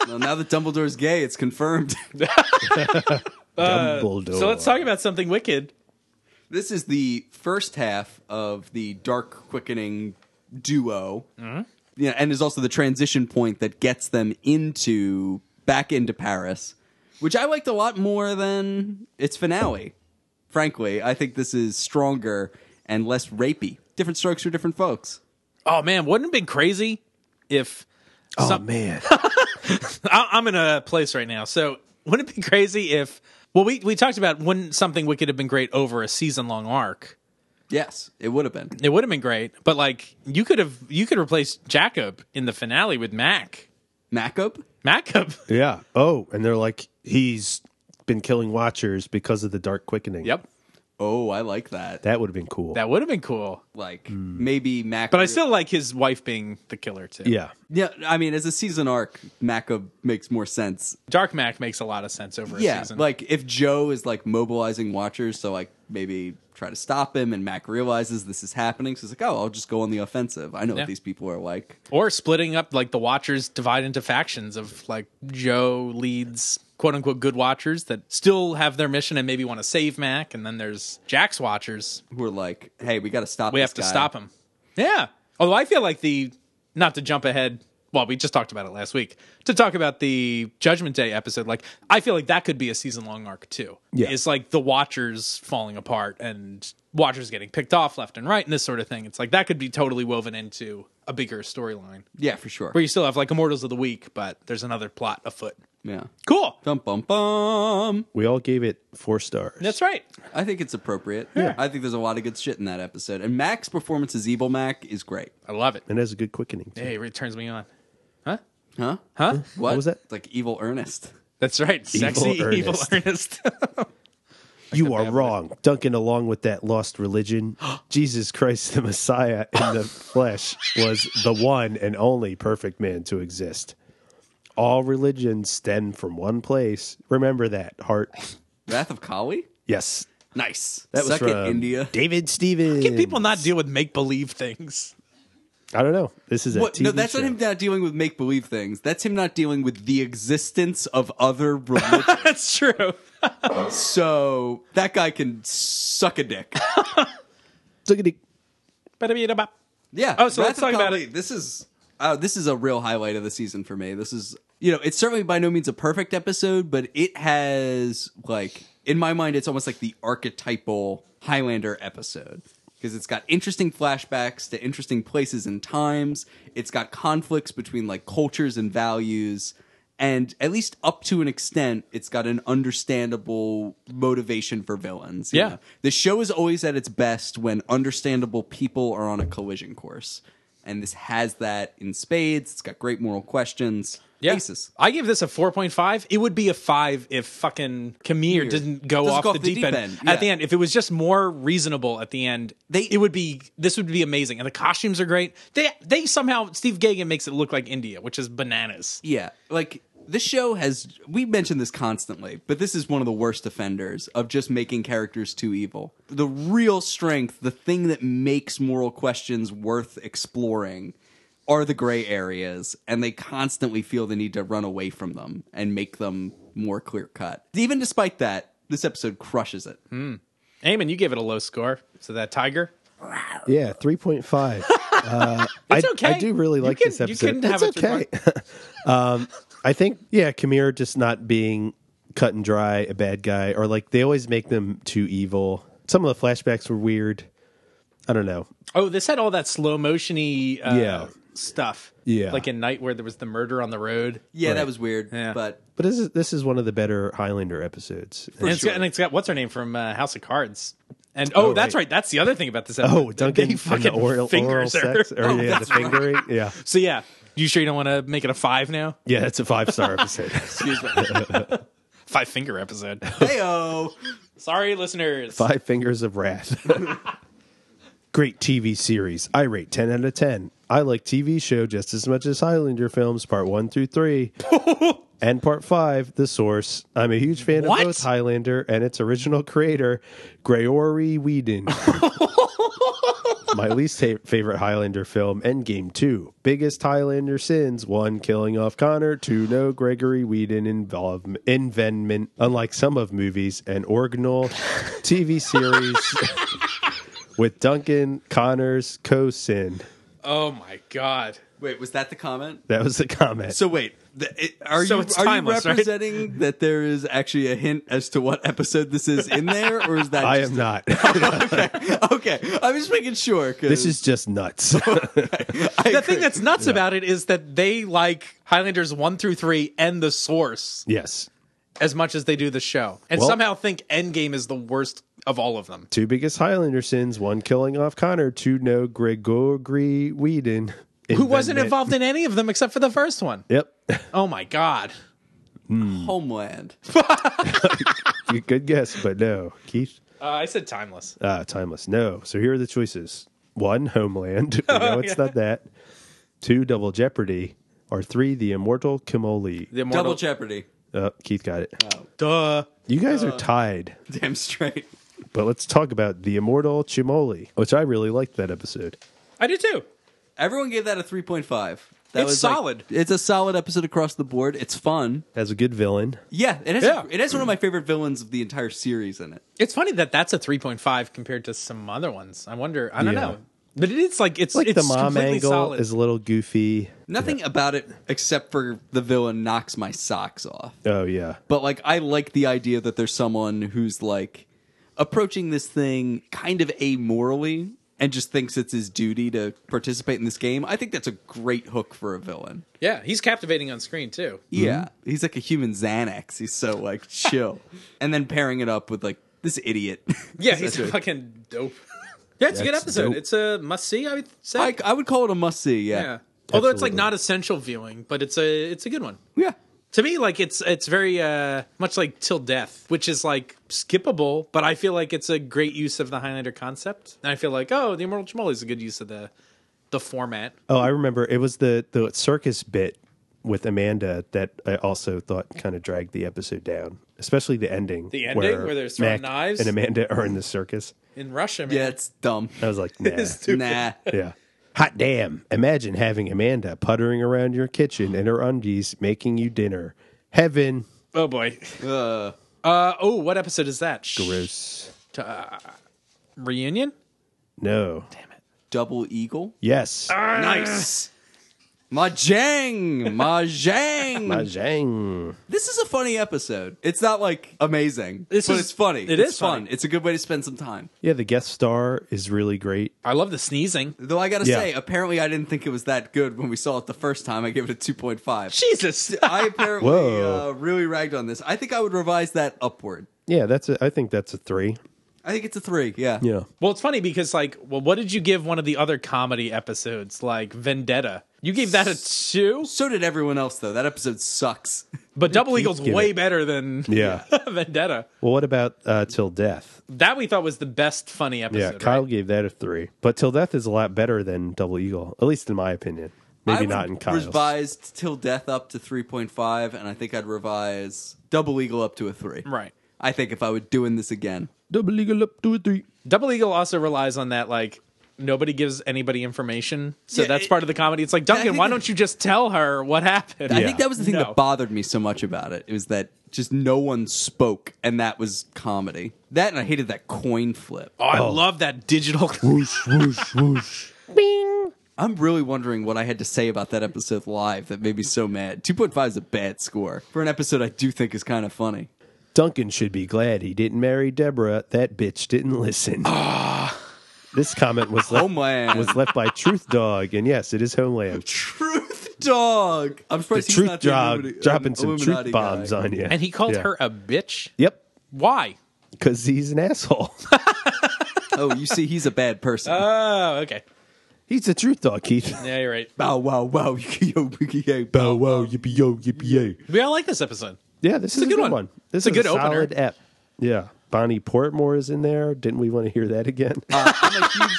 Well, now that Dumbledore's gay, it's confirmed.
Uh, Dumbledore.
Uh, So let's talk about something wicked.
This is the first half of the Dark Quickening duo.
Mm-hmm.
Yeah, and is also the transition point that gets them into back into Paris, which I liked a lot more than its finale. Frankly, I think this is stronger and less rapey. Different strokes for different folks.
Oh man, wouldn't it have been crazy if
Oh man,
I, I'm in a place right now. So wouldn't it be crazy if? Well, we we talked about wouldn't something wicked have been great over a season long arc.
Yes, it would have been.
It would have been great, but like you could have you could replace Jacob in the finale with Mac.
Macob?
Macob.
yeah. Oh, and they're like he's been killing Watchers because of the Dark Quickening.
Yep,
Oh, I like that.
that would have been cool.
that would have been cool.
Like maybe Mac.
But I still like his wife being the killer too.
yeah,
yeah. I mean, as a season arc, Macob makes more sense
Dark Mac makes a lot of sense over a
yeah,
season.
like if Joe is like mobilizing watchers, so like maybe try to stop him, and Mac realizes this is happening, so he's like, "Oh, I'll just go on the offensive. I know
Yeah.
what these people are like."
or splitting up like the watchers divide into factions of like joe leads quote unquote good watchers that still have their mission and maybe want to save Mac, and then there's Jack's watchers.
Who are like, hey, we got to stop.
We
this
have to
guy.
stop him. Yeah. Although I feel like the not to jump ahead. Well, we just talked about it last week to talk about the Judgment Day episode. Like, I feel like that could be a season long arc too.
Yeah.
It's like the Watchers falling apart and Watchers getting picked off left and right and this sort of thing. It's like that could be totally woven into a bigger storyline
Yeah, for sure.
where you still have like Immortals of the Week, but there's another plot afoot.
Yeah.
Cool. Um,
Bum bum bum.
We all gave it four stars.
That's right.
I think it's appropriate. I think there's a lot of good shit in that episode, and Mac's performance as Evil Mac is great.
I love it.
and that's a good quickening. too.
Hey, it turns me on. Huh?
Huh?
Huh?
What
was that?
It's like Evil Ernest.
That's right. Sexy evil
Ernest.
earnest.
You are wrong. Duncan, along with that lost religion, Jesus Christ, the Messiah in the flesh, was the one and only perfect man to exist. All religions stem from one place. Remember that, heart.
Wrath of Kali.
Yes.
Nice.
That was
Suck it,
from
India.
David Stevens.
Can people not deal with make believe things?
I don't know. This is a
What?
TV
No, that's
show.
not him not dealing with make believe things. That's him not dealing with the existence of other religions.
That's true.
so that guy can suck a dick.
Ziggity.
Ba-da-ba-da-ba.
Yeah.
Oh, so
Wrath
let's
of
talk about
Kali,
it.
This is uh, this is a real highlight of the season for me. This is you know it's certainly by no means a perfect episode, but it has like in my mind it's almost like the archetypal Highlander episode because it's got interesting flashbacks to interesting places and times. It's got conflicts between like cultures and values. And at least up to an extent, it's got an understandable motivation for villains. you
Yeah.
know? The show is always at its best when understandable people are on a collision course. And this has that in spades. It's got great moral questions.
Yeah.
Basis.
I give this a 4.5. It would be a 5 if fucking Kamir didn't go
Doesn't
off
go
the, deep, end,
yeah.
at the end. If it was just more reasonable at the end,
They-
it would be this would be amazing. And the costumes are great. They they somehow Steve Gagan makes it look like India, which is bananas.
Yeah. Like this show has we mention this constantly, but this is one of the worst offenders of just making characters too evil. The real strength, the thing that makes moral questions worth exploring are the gray areas, and they constantly feel the need to run away from them and make them more clear cut. Even despite that, this episode crushes it.
Eamon, you gave it a low score. So that tiger.
Yeah, 3.5. Uh,
It's
I,
okay.
I do really
You
like
can-
this
you
episode.
can have
it's
a
okay. um, I think, yeah, Kamir just not being cut and dry, a bad guy, or like they always make them too evil. Some of the flashbacks were weird. I don't know.
Oh, this had all that slow motiony uh,
Yeah.
stuff.
Yeah.
Like in Night where there was the murder on the road.
Yeah,
Right.
that was weird.
Yeah.
But
But this is this is one of the better Highlander episodes.
and, it's
sure.
got, and it's got what's her name from uh, House of Cards. And oh, that's
right.
right. That's the other thing about this episode.
Oh, Duncan
They
and the oral, oral
fingers Oh, her.
sex, or yeah, the fingering. Yeah,
So yeah, you sure you don't want to make it a five now?
yeah, that's a five star episode.
excuse me.
Five finger episode.
Heyo.
Sorry, listeners.
Five Fingers of Wrath. Great TV series. I rate 10 out of 10. I like TV show just as much as Highlander films, part one through three. and part five, The Source. I'm a huge fan
What?
of both Highlander and its original creator, Gregory Whedon. My least ta- favorite Highlander film, Endgame 2. Biggest Highlander sins. One, killing off Connor. Two, no Gregory Whedon involve- invention, unlike some of movies, an original TV series with Duncan Connor's co sin.
Oh my god.
Wait, was that the comment?
That was the comment.
So wait, th- it- are
So
you
it's
are
timeless,
you
right?
representing that there is actually a hint as to what episode this is in there, or is that
I
just,
am not.
okay? I'm just making sure. 'cause-
this is just nuts.
I
The
agree.
thing that's nuts about it is that they like Highlanders one through three and the source
yes.
as much as they do the show, and
Well-
somehow think Endgame is the worst of all of them.
Two biggest Highlander sins. One, killing off Connor. Two, no Gregory Whedon.
Who wasn't
invention.
involved in any of them except for the first one?
Yep.
Oh my god.
Homeland.
Good guess, but no. Keith?
Uh, I said timeless.
Uh, timeless. No. So here are the choices one, Homeland. We
Oh,
know it's not that. Two, Double Jeopardy. Or three, The Immortal Kimoli.
The
Double
immortal.
Jeopardy.
Uh, Keith got it.
Duh.
You guys
Uh,
are tied,
Damn straight.
but let's talk about The Immortal Chimoli, which I really liked that episode.
I do too.
Everyone gave that a 3.5. That
It's
was like-
solid.
it's a solid episode across the board. It's fun.
Has a good villain.
Yeah, it has.
Yeah.
It has one of my favorite villains of the entire series in it.
It's funny that that's a 3.5 compared to some other ones. I wonder. I don't
Yeah.
know. But it is like it's
Like
it's
the mom
completely
angle
solid.
is a little goofy.
Nothing about it except for the villain knocks my socks off.
Oh yeah.
But like, I like the idea that there's someone who's like approaching this thing kind of amorally and just thinks it's his duty to participate in this game. I think that's a great hook for a villain.
yeah, he's captivating on screen too.
Yeah, he's like a human Xanax. He's so like chill, and then pairing it up with like this idiot.
Yeah, he's
Essentially.
fucking dope. yeah, it's a good
That's
episode.
dope.
It's a must see. I would say.
I, I would call it a must see.
yeah.
Yeah,
Although it's like
Absolutely.
not essential viewing, but it's a it's a good one.
yeah.
To me, like it's it's very uh much like Till Death, which is like skippable, but I feel like it's a great use of the Highlander concept. And I feel like, oh, the Immortal Chamoli is a good use of the the format.
Oh, I remember it was the the circus bit with Amanda that I also thought kind of dragged the episode down, especially the ending.
The ending where they're throwing knives?
and Amanda are in the circus.
In Russia, man.
Yeah, it's dumb.
I was like, nah,
It's too-
Nah.
yeah. Hot damn! Imagine having Amanda puttering around your kitchen in her undies, making you dinner. Heaven,
Oh boy.
Uh,
Uh oh, what episode is that? Sh-
gross.
Reunion?
No.
double eagle.
Yes.
Ah!
Nice. Mahjong,
Ah,
mahjong.
Mahjong.
This is a funny episode. It's not like amazing,
This
but
is-
it's funny.
it
it's
is
fun.
funny.
It's a good way to spend some time.
Yeah, the guest star is really great.
I love the sneezing.
Though I gotta
Yeah.
say, apparently I didn't think it was that good when we saw it the first time. I gave it a two point five.
Jesus.
I apparently
Whoa.
uh, really ragged on this. I think I would revise that upward.
Yeah, that's. A, I think that's a three.
I think it's a three. Yeah.
Yeah.
Well, it's funny because like, well, what did you give one of the other comedy episodes like Vendetta? You gave that a 2,
So did everyone else though. That episode sucks.
but Double Eagle's
give
way
it-
better than
Yeah.
Vendetta.
Well, what about uh, Till Death?
That we thought was the best funny
Yeah,
episode.
Kyle
right?
gave that a three. But Till Death is a lot better than Double Eagle, at least in my opinion.
I
Maybe
would
not in Kyle's.
Revised till death up to three point five, and I think I'd revise double eagle up to a three.
Right.
I think if I were doing this again,
Double Eagle up to a three.
Double Eagle also relies on that like nobody gives anybody information. So
Yeah,
that's
it-
part of the comedy. It's like,
I
Duncan,
think
why
it-
don't you just tell her what happened?
I think that was the thing
No.
that bothered me so much about it. It was that just no one spoke, and that was comedy. That and I hated that coin flip.
Oh, I love that digital
Whoosh, whoosh, whoosh.
I'm really wondering what I had to say about that episode live that made me so mad. 2.5 is a bad score for an episode I do think is kind of funny.
Duncan should be glad he didn't marry Deborah. That bitch didn't listen.
Ah.
This comment was left,
Homeland.
was left by Truth Dog, and yes, it is Homeland.
Truth Dog. I'm
The
surprised he's
Truth
not the
Dog
Illumina-
dropping
um,
some
Illuminati
truth bombs
guy.
on you.
and he called
Yeah.
her a bitch.
Yep,
Why?
because he's an asshole.
Oh, you see, he's a bad person.
Uh,
Oh, okay.
he's a Truth Dog, Keith.
Yeah, you're right.
bow wow wow. yo, yo, yo,
Bow
bow.
wow, yippee yo, yippee yay.
We all like this episode.
Yeah, this is a good, one. This
It's a good
is a
opener.
solid ep. Yeah, Bonnie Portmore is in there. Didn't we want to hear that again?
Uh, I'm a huge,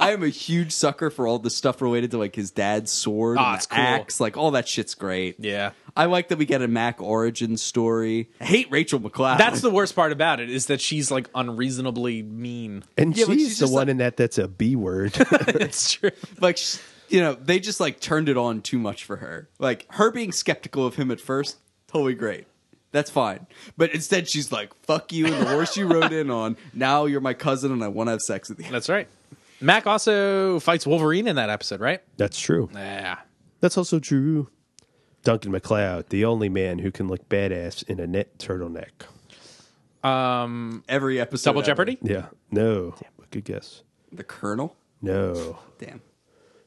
I am a huge sucker for all the stuff related to like his dad's sword,
Ah,
and
it's
the
cool.
axe, like all that shit's great.
Yeah.
I like that we get a Mac origin story. I hate Rachel McLeod.
That's the worst part about it is that she's like unreasonably mean.
and
yeah, but
she's,
she's
the
just
one
like-
in that that's a B word.
It's true.
like sh- you know they just like turned it on too much for her like her being skeptical of him at first totally great that's fine but instead she's like fuck you and the horse you rode in on now you're my cousin and i want to have sex with you
That's right. Mac also fights Wolverine in that episode, right?
that's true.
Yeah.
That's also true. Duncan McLeod, the only man who can look badass in a knit turtleneck.
every episode
Double
ever.
Jeopardy?
Yeah, no, good guess.
the colonel
No.
damn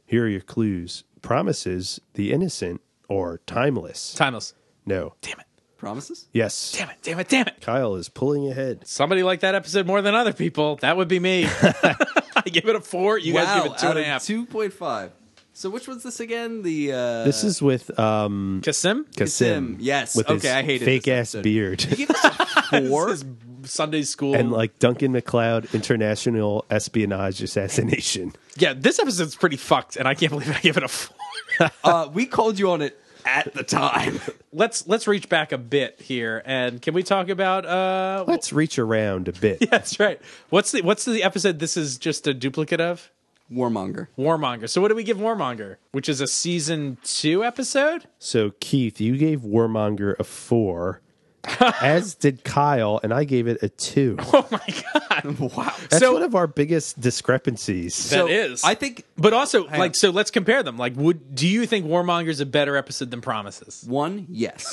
Here are your clues. Promises the innocent or timeless.
Timeless.
No.
Damn it.
promises
Yes.
Damn it. Damn it. Damn it.
Kyle is pulling ahead.
Somebody liked that episode more than other people. That would be me. I give it a four. You guys give it two
out
and a
of
half.
2.5 so which one's this again the uh
This is with um
Kasim?
Kasim.
Kasim, yes.
With his
Okay, I hated
fake
this
ass
episode.
beard.
give us a four
This is Sunday school.
and like Duncan McLeod International Espionage Assassination.
yeah, this episode's pretty fucked, and I can't believe I gave it a four.
uh we called you on it at the time
let's let's reach back a bit here, and can we talk about uh?
Let's reach around a bit.
That's right. What's the what's the episode? This is just a duplicate of.
Warmonger.
Warmonger. So what do we give Warmonger? Which is a season two episode?
So Keith, you gave Warmonger a four, as did Kyle, and I gave it a two.
Oh my god.
Wow.
That's
So-
one of our biggest discrepancies.
That is.
I think
But also,
on.
like, so let's compare them. Like, would do you think Warmonger is a better episode than Promises?
One, yes.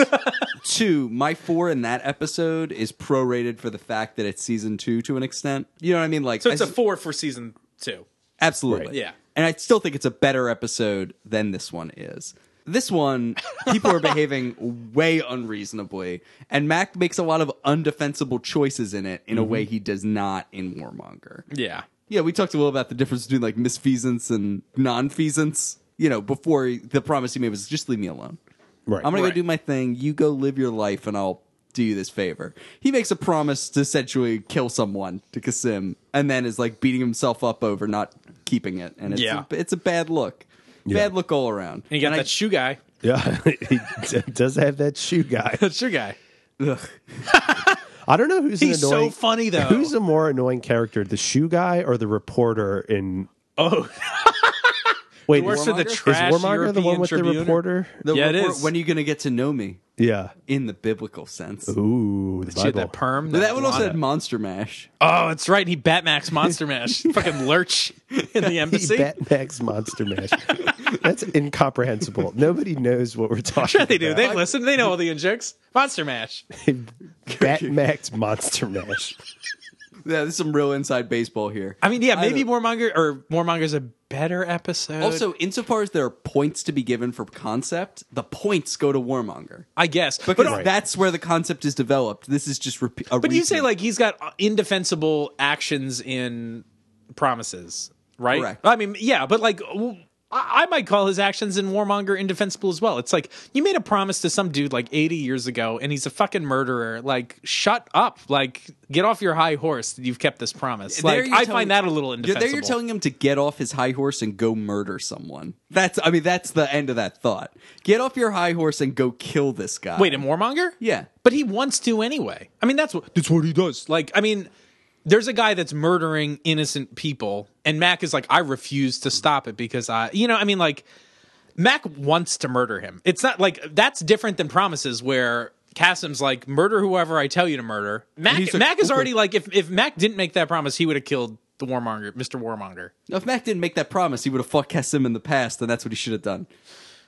two, my four in that episode is prorated for the fact that it's season two to an extent. You know what I mean? Like,
So it's
a
a four for season two.
absolutely,
yeah.
And I still think it's a better episode than this one is. This one, people are behaving way unreasonably, and Mac makes a lot of undefensible choices in it in a way he does not in Warmonger.
Yeah.
Yeah, we talked a little about the difference between like misfeasance and nonfeasance. You know, before the promise he made was just leave me alone.
Right.
I'm gonna
Right.
go do my thing. You go live your life, and I'll do you this favor. He makes a promise to essentially kill someone to Kasim, and then is like beating himself up over not keeping it. And it's
Yeah.
a, it's a bad look, bad look all around.
And you got
And I-
that shoe guy.
Yeah, he d- does have that shoe guy.
That shoe guy.
ugh.
I don't know who's an
He's so
annoying.
funny, though.
Who's a more annoying character, the shoe guy or the reporter in?
Oh,
Wait,
works
is
for the
Warmonger? Is
trash
Warmonger the one
European
with the
Tribune.
reporter?
The
Yeah, it
report-
is.
When are you gonna get to know me
Yeah.
in the biblical sense?
Ooh, the
She had
Bible.
that perm.
That one also
blonde-
had Monster Mash.
Oh, that's right. He Batmax Monster Mash. Fucking lurch in the embassy.
Batman's Monster Mash. That's incomprehensible. Nobody knows what we're talking
Sure they do.
about.
They listen. They know all the in jokes. Monster Mash.
Batman's Monster Mash.
Yeah, there's some real inside baseball here.
I mean, yeah,
I
maybe
don't-
Warmonger or Warmonger's a better episode.
Also, insofar as there are points to be given for concept, the points go to Warmonger.
I guess. But,
Because that's where the concept is developed. This is just repeat.
but you say like he's got uh, indefensible actions in Promises, right?
Correct.
I mean, yeah, but like. w- I I might call his actions in Warmonger indefensible as well. It's like you made a promise to some dude like 80 years ago and he's a fucking murderer. Like, shut up. Like, get off your high horse that you've kept this promise.
There
Like,
you're
I
telling-
find that a little
You're-
indefensible.
there you're telling him to get off his high horse and go murder someone. That's I mean that's the end of that thought. Get off your high horse and go kill this guy.
Wait, in Warmonger?
Yeah.
But he wants to anyway. I mean, that's what that's what he does. Like, I mean, there's a guy that's murdering innocent people, and Mac is like, I refuse to stop it because I, you know, I mean, like, Mac wants to murder him. It's not like that's different than promises where. Casim's like murder whoever I tell you to murder. Mac,
he's like,
Mac is
"Okay."
already like if, if Mac didn't make that promise, he would have killed the warmonger, Mr. Warmonger.
Now, if Mac didn't make that promise, he would have fucked Kasim in the past, and that's what he should have done.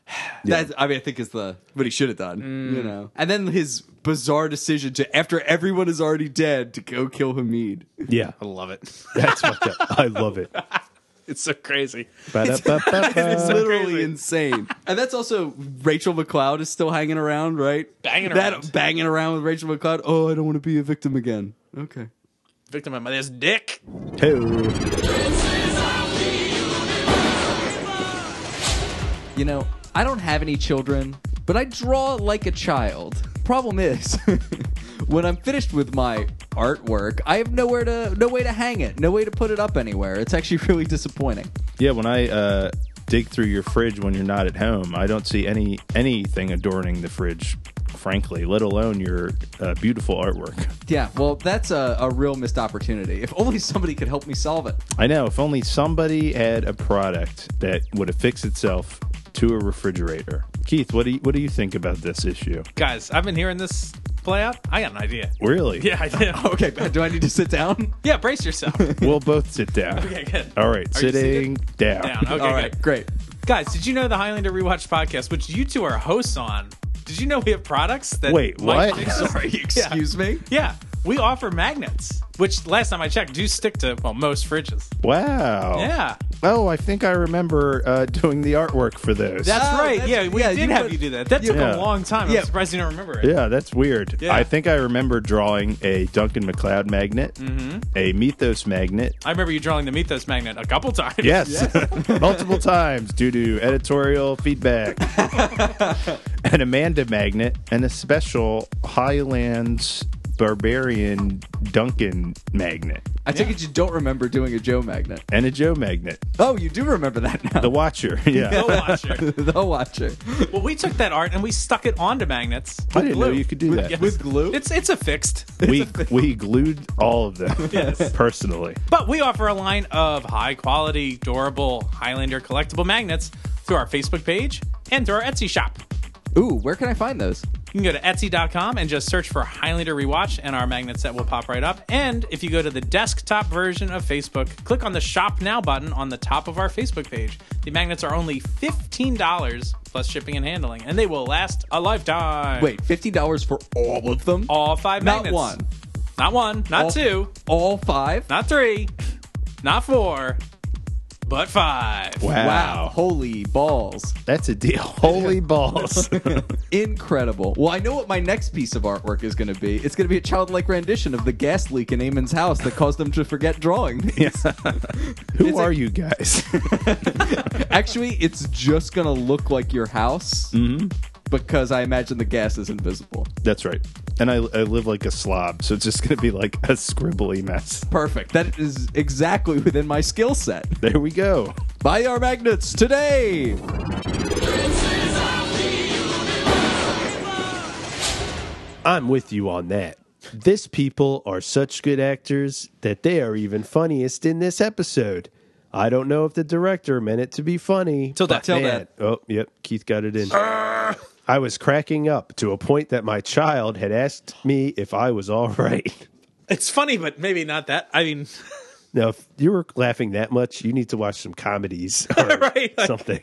That's I mean, I think is the what he should have done. You know, and then his bizarre decision to after everyone is already dead to go kill Hamid.
Yeah,
I love it.
that's fucked up. I love it.
it's so crazy.
Ba-da-ba-ba-ba.
It's literally
crazy.
insane. And that's also Rachel McLeod is still hanging around, right?
Banging
That-
around.
banging around with Rachel McLeod. Oh, I don't want to be a victim again. Okay.
Victim of my this dick.
Hey.
You know, I don't have any children, but I draw like a child. Problem is, when I'm finished with my artwork, I have nowhere to no way to hang it, no way to put it up anywhere. It's actually really disappointing.
Yeah, when I uh, dig through your fridge when you're not at home, I don't see any anything adorning the fridge, frankly, let alone your uh, beautiful artwork.
Yeah, well, that's a, a real missed opportunity. If only somebody could help me solve it.
I know. If only somebody had a product that would affix itself to a refrigerator. Keith, what do you, what do you think about this issue?
Guys, I've been hearing this play out. I got an idea.
Really?
Yeah, I did.
Oh, Okay, do I need to sit down?
Yeah, brace yourself.
We'll both sit down.
Okay, good.
All right,
Are you
sitting down.
Down. Okay,
All right,
good.
great.
Guys, did you know the Highlander Rewatch podcast, which you two are hosts on? Did you know we have products that
Wait,
might-
what?
Sorry, excuse.
Excuse me?
Yeah. we offer magnets, which last time I checked do stick to well most fridges.
Wow.
Yeah,
Oh, I think I remember uh, doing the artwork for those.
that's
Oh,
right.
that's-
yeah, we
yeah,
did
you
have
put-
you do that. That took
Yeah.
a long time.
Yeah.
I'm surprised you don't remember it.
Yeah, that's weird.
Yeah.
I think I remember drawing a Duncan McLeod magnet, a Mythos magnet.
I remember you drawing the Mythos magnet a couple times.
Yes, multiple times due to editorial feedback. an Amanda magnet and a special Highlands barbarian Duncan magnet
I take it you don't remember doing a Joe magnet.
and a Joe magnet.
Oh, you do remember that now.
The Watcher. Yeah.
Go watch it.
the Watcher.
Well, we took that art and we stuck it onto magnets.
I didn't know
glue.
you could do that.
With glue?
It's it's affixed.
We we glued all of them personally.
But we offer a line of high quality, durable Highlander collectible magnets through our Facebook page and through our Etsy shop.
Ooh, where can I find those?
You can go to Etsy.com and just search for Highlander Rewatch, and our magnet set will pop right up. And if you go to the desktop version of Facebook, click on the Shop Now button on the top of our Facebook page. The magnets are only $15 plus shipping and handling, and they will last a lifetime.
Wait, fifty dollars for all of them?
all five
Not
magnets.
one.
Not one, not
All-
two,
All five?
not three, not four, but five.
Wow.
Wow. Holy balls.
That's a deal. Holy balls.
Incredible. Well, I know what my next piece of artwork is going to be. It's going to be a childlike rendition of the gas leak in Eamon's house that caused them to forget drawing.
Who
It's
are
a-
you guys?
Actually, it's just going to look like your house because I imagine the gas is invisible.
That's right. And I, I live like a slob, so it's just going to be like a scribbly mess.
Perfect. That is exactly within my skill set.
There we go.
Buy our magnets today.
I'm with you on that. This people are such good actors that they are even funniest in this episode. I don't know if the director meant it to be funny.
Till
but
that- Ah! till
man- Oh, yep. Keith got it in. I was cracking up to a point that my child had asked me if I was all right.
It's funny, but maybe not that. I mean,
Now, if you were laughing that much, you need to watch some comedies or
Right, like-
something.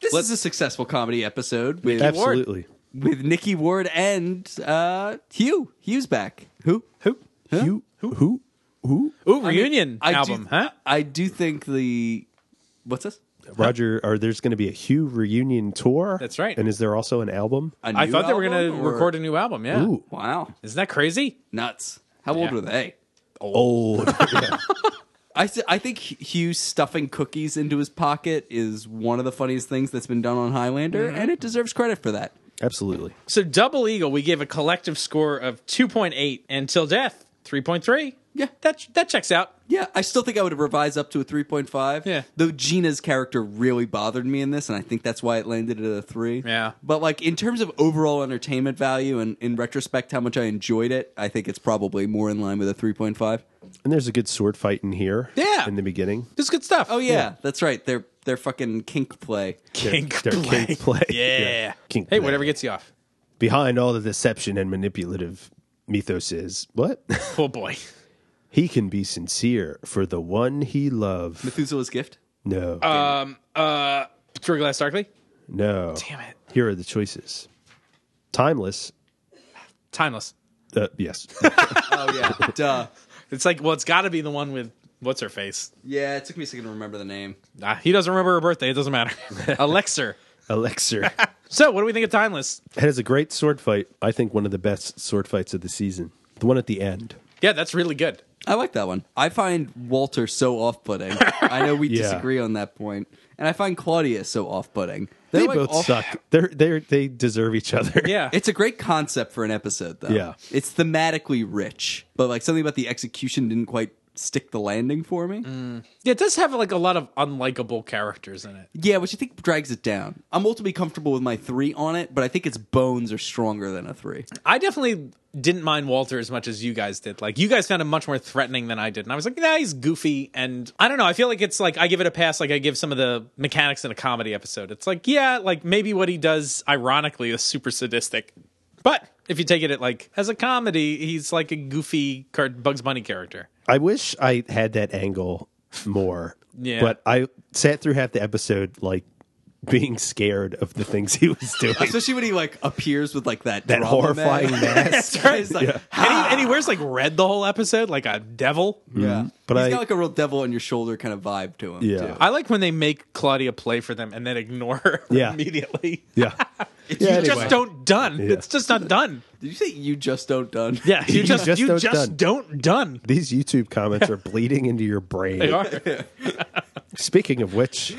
This is a successful comedy episode with
Absolutely.
with Nikki Ward and uh, Hugh. Hugh's back. Who?
Who? Who? Who? Who?
ooh, reunion
I
album,
do,
huh?
I do think the what's this?
Roger, are there's going to be a Hugh reunion tour?
That's right.
And is there also an album?
A
I
new
thought they were going
album,
to
or-
record a new album. Yeah.
Ooh.
Wow,
Isn't that crazy?
nuts! How old
Yeah.
were they?
Oh,
I, s- I think Hugh stuffing cookies into his pocket is one of the funniest things that's been done on Highlander,
Mm-hmm.
and it deserves credit for that.
absolutely.
So, Double Eagle, we gave a collective score of 2.8 and Till Death, 3.3.
Yeah.
That, that checks out.
Yeah, I still think I would revise up to a 3.5.
Yeah.
Though Gina's character really bothered me in this, and I think that's why it landed at a 3.
Yeah.
But, like, in terms of overall entertainment value and in retrospect, how much I enjoyed it, I think it's probably more in line with a 3.5.
And there's a good sword fight in here.
Yeah.
In the beginning.
This is good stuff.
Oh, yeah, that's right. They're, they're fucking kink play.
Kink
Their
play.
kink play.
Yeah.
Kink
hey,
play.
whatever gets you off.
Behind all the deception and manipulative mythos is what?
Oh, boy.
he can be sincere for the one he loved.
Methuselah's gift.
No.
Uh, True Glass Darkly?
no.
Damn it.
Here are the choices. Timeless.
Timeless.
Uh, yes.
Oh, yeah. Duh.
It's like, well, it's got to be the one with what's her face.
Yeah, it took me a second to remember the name.
Nah, he doesn't remember her birthday. It doesn't matter. Alexa.
Elixir.
So, what do we think of Timeless?
It has a great sword fight. I think one of the best sword fights of the season. The one at the end.
Yeah, that's really good.
I like that one. I find Walter so off-putting. I know we
Yeah.
disagree on that point, and I find Claudia so off-putting. They're,
They
like,
both
off-
suck. They're they they deserve each other.
Yeah.
It's a great concept for an episode, though.
Yeah.
it's thematically rich, but like something about the execution didn't quite stick the landing for me.
yeah, it does have like a lot of unlikable characters in it.
Yeah, which I think drags it down. I'm ultimately comfortable with my three on it, but I think its bones are stronger than a three.
I definitely didn't mind Walter as much as you guys did. Like you guys found him much more threatening than I did. And I was like, nah, he's goofy and I don't know. I feel like it's like I give it a pass like I give some of the mechanics in a comedy episode. It's like, yeah, like maybe what he does ironically is super sadistic. But if you take it at like as a comedy, he's like a goofy car- Bugs Bunny character.
I wish I had that angle more.
Yeah.
But I sat through half the episode like being scared of the things he was doing.
Especially when he like appears with like that
that
drama
horrifying
mag.
mask.
That's right.
It's like,
And, he, and he wears like red the whole episode, like a devil.
yeah,
But
but he's
I-
got like a real devil on your shoulder kind of vibe to him.
Yeah.
too.
I like when they make Claudia play for them and then ignore her
Yeah.
immediately.
Yeah. yeah,
You
anyway.
just don't done. It's just not done.
Did you say you just don't done?
Yeah, you,
You
just,
just
you
don't
just don't done.
These YouTube comments are bleeding into your brain.
They are.
Speaking of which,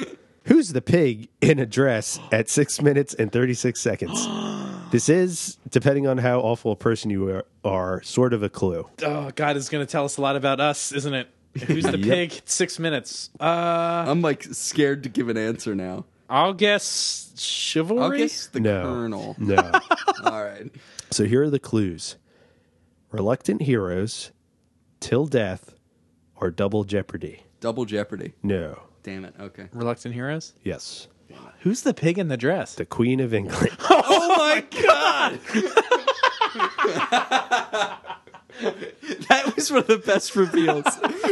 who's the pig in a dress at six minutes and 36 seconds? This is, depending on how awful a person you are, are sort of a clue.
Oh, God is going to tell us a lot about us, isn't it? Who's the pig? Six minutes. Uh,
I'm like scared to give an answer now.
I'll guess chivalry.
I'll guess the
No.
colonel.
No.
All right.
so here are the clues Reluctant Heroes, Till Death, or Double Jeopardy.
Double Jeopardy.
No.
Damn it. Okay.
Reluctant heroes.
Yes.
Who's the pig in the dress?
The Queen of England.
Oh my god! that was one of the best reveals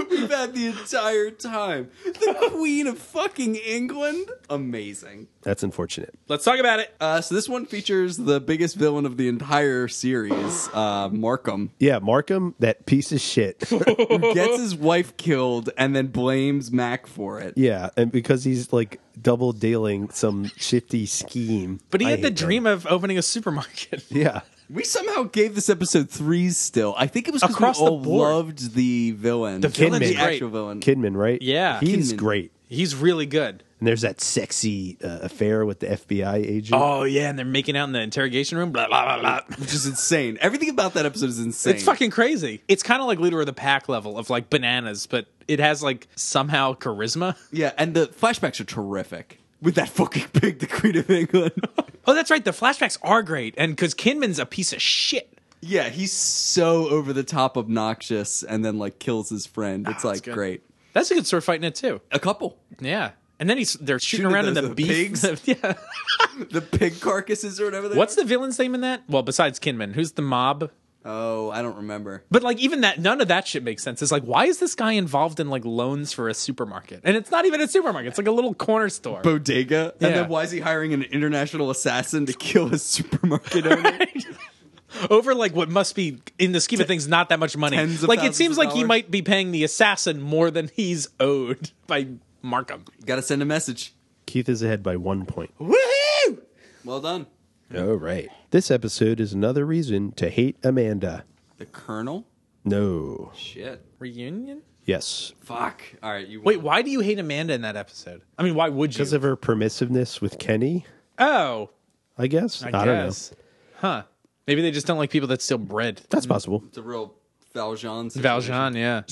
we've had the entire time. The Queen of fucking England? Amazing.
That's unfortunate.
Let's talk about it.
Uh, so this one features the biggest villain of the entire series, uh, Markham.
Yeah, Markham, that piece of shit.
Gets his wife killed and then blames Mac for it.
yeah, and because he's like double dealing some shifty scheme.
But he
I
had the
hate them.
dream of opening a supermarket.
Yeah.
We somehow gave this episode threes still. I think it was because
Across
we
the
all
board.
loved the villain.
The villain's
the
great.
actual villain.
Kidman, right?
Yeah.
He's
Kidman.
great.
He's really good.
And there's that sexy uh, affair with the FBI agent.
Oh yeah, and they're making out in the interrogation room. Blah blah blah blah.
which is insane. Everything about that episode is insane.
It's fucking crazy. It's kind of like leader of the pack level of like bananas, but it has like somehow charisma.
yeah, and the flashbacks are terrific with that fucking pig, the Queen of England.
Oh, that's right. The flashbacks are great, and because Kinman's a piece of shit.
yeah, he's so over the top obnoxious, and then like kills his friend. It's like
Ah, good.
great.
That's a good sword fight in it too.
A couple.
Yeah, and then he's they're shooting,
Shooting
around in
those-
the
the
beef.
pigs?
yeah.
The pig carcasses or whatever. They
What's
are.
the villain's name in that? Well, besides Kinman, who's the mob?
Oh, I don't remember.
But like even that, none of that shit makes sense. It's like, why is this guy involved in like loans for a supermarket? And it's not even a supermarket. It's like a little corner store.
Bodega, and
Yeah.
then why is he hiring an international assassin to kill a supermarket owner?
over like what must be in the scheme of things not that much money.
Tens of
like it
thousands
seems
of
like he
dollars.
might be paying the assassin more than he's owed by Markham.
Got to send a message.
Keith is ahead by one point.
Woohoo!
Well done.
All right. This episode is another reason to hate Amanda.
The Colonel.
No.
Shit.
Reunion?
Yes.
Fuck. All right. You
Wait,
won.
why do you hate Amanda in that episode? I mean, why would you?
Because of her permissiveness with Kenny,
oh,
I guess.
I,
I,
guess.
don't know.
Huh. Maybe they just don't like people that steal bread.
That's possible.
It's a real Valjean. situation.
Valjean, yeah.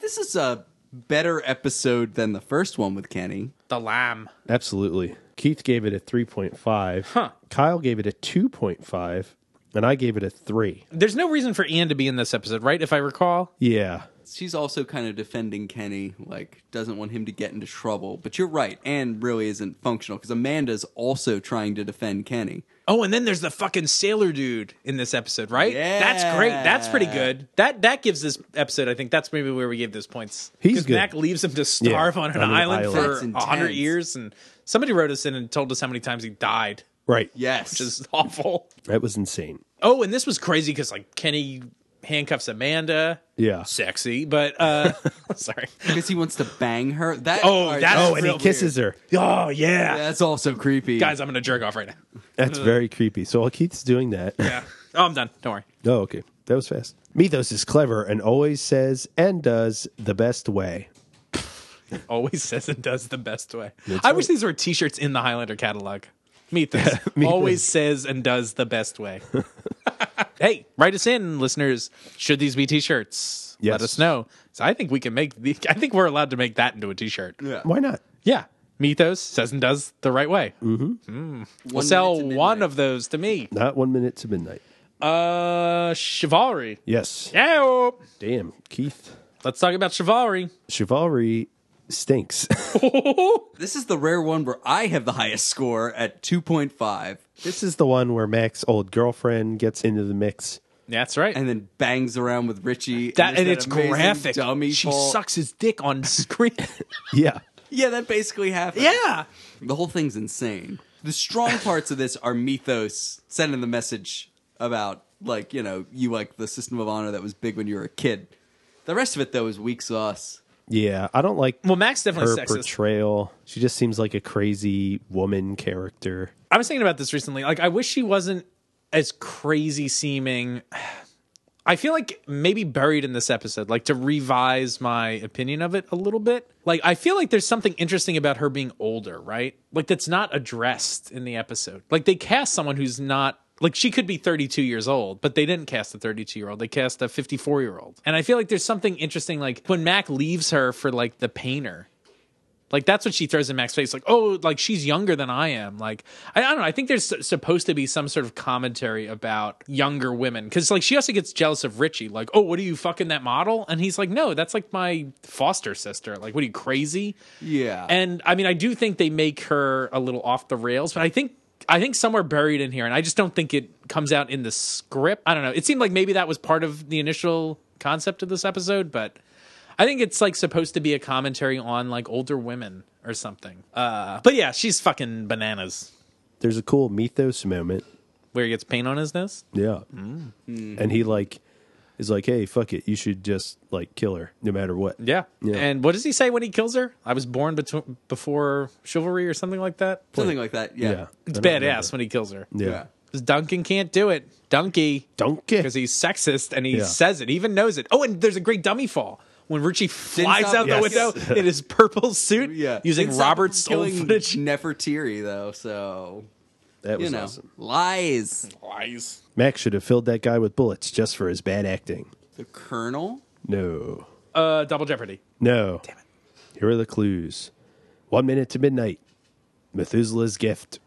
This is a better episode than the first one with Kenny.
The lamb.
Absolutely. Keith gave it a 3.5. Kyle gave it a 2.5. And I gave it a 3.
There's no reason for Ian to be in this episode, right? If I recall.
Yeah.
She's also kind of defending Kenny, like doesn't want him to get into trouble. But you're right, Anne really isn't functional because Amanda's also trying to defend Kenny.
Oh, and then there's the fucking sailor dude in this episode, right? That's great. That's pretty
Yeah.
good. That that gives this episode, I think that's maybe where we gave this points.
He's
'Cause
good.
Mac leaves him to starve
Yeah,
on an
on an
island,
island.
That's
for a hundred
intense.
years, and somebody wrote us in and told us how many times he died,
Right.
Yes,
which is awful.
That was insane.
Oh, and this was crazy because like Kenny handcuffs Amanda.
Yeah.
Sexy, but uh sorry.
because he wants to bang her. That
Oh,
all right,
that's
Oh, and he
Real
kisses her.
Oh yeah.
That's also creepy,
Guys, I'm gonna jerk off right now.
That's very creepy. So while Keith's doing that.
Yeah. Oh, I'm done. Don't worry.
Oh, okay. That was fast. Mythos is clever and always says and does the best way.
always says and does the best way. I wish these were t-shirts in the Highlander catalog. Meet this.
Meet
always says and does the best way. hey, write us in, listeners. Should these be t-shirts?
Yes.
Let us know. So I think we can make the I think we're allowed to make that into a t-shirt.
Yeah.
Why not?
Yeah. Mythos says and does the right way.
One
Sell
minute to
one
midnight.
of those to me.
Not one minute to midnight.
Uh chivalry.
Yes.
Yeah. oh.
Damn, Keith.
Let's talk about chivalry.
Chivalry stinks.
This is the rare one where I have the highest score at two point five,
this is the one where Mac's old girlfriend gets into the mix.
That's right.
and then bangs around with Richie.
that,
there's
and
that
it's
amazing
graphic.
Dummy
she
fall-
sucks his dick on screen.
Yeah.
Yeah, that basically happened.
yeah.
The whole thing's insane. The strong parts of this are Mythos sending the message about like, you know, you like the system of honor that was big when you were a kid. The rest of it though is weak sauce.
Yeah. I don't like
Well, Mac's definitely
her
sexist.
portrayal. She just seems like a crazy woman character.
I was thinking about this recently. Like, I wish she wasn't as crazy seeming. I feel like maybe buried in this episode, like to revise my opinion of it a little bit. Like, I feel like there's something interesting about her being older, right? Like, that's not addressed in the episode. Like, they cast someone who's not. Like she could be 32 years old, but they didn't cast a 32 year old. They cast a 54 year old. And I feel like there's something interesting like when Mac leaves her for like the painter. Like that's what she throws in Mac's face like, "Oh, like she's younger than I am." Like I, I don't know, I think there's s- supposed to be some sort of commentary about younger women cuz like she also gets jealous of Richie like, "Oh, what are you fucking that model?" And he's like, "No, that's like my foster sister." Like, "What are you crazy?"
Yeah.
And I mean, I do think they make her a little off the rails, but I think I think somewhere buried in here, and I just don't think it comes out in the script. I don't know. It seemed like maybe that was part of the initial concept of this episode, but I think it's like supposed to be a commentary on like older women or something. Uh, but yeah, she's fucking bananas.
There's a cool mythos moment.
Where he gets paint on his nose.
Yeah.
Mm.
And he like is like, hey, fuck it, you should just like kill her no matter what.
Yeah.
Yeah.
And what does he say when he kills her? I was born betw- before chivalry or something like that.
Something like that. Yeah.
Yeah.
It's
I don't
badass when he kills her.
remember. Yeah.
Yeah.
Because Duncan can't do it. Donkey.
Donkey.
Because he's sexist and he
Yeah.
says it, he even knows it. Oh, and there's a great dummy fall. When Richie flies out
stop
the
him.
window in his purple suit
Yeah.
using
Didn't stop him
Robert's
from
old
killing
footage.
Nefertiti though, so
That
you
was
know,
awesome.
lies.
Lies.
Max should have filled that guy with bullets just for his bad acting.
The colonel.
No.
Uh, Double Jeopardy.
No. Damn it. Here are the clues. One minute to midnight. Methuselah's gift.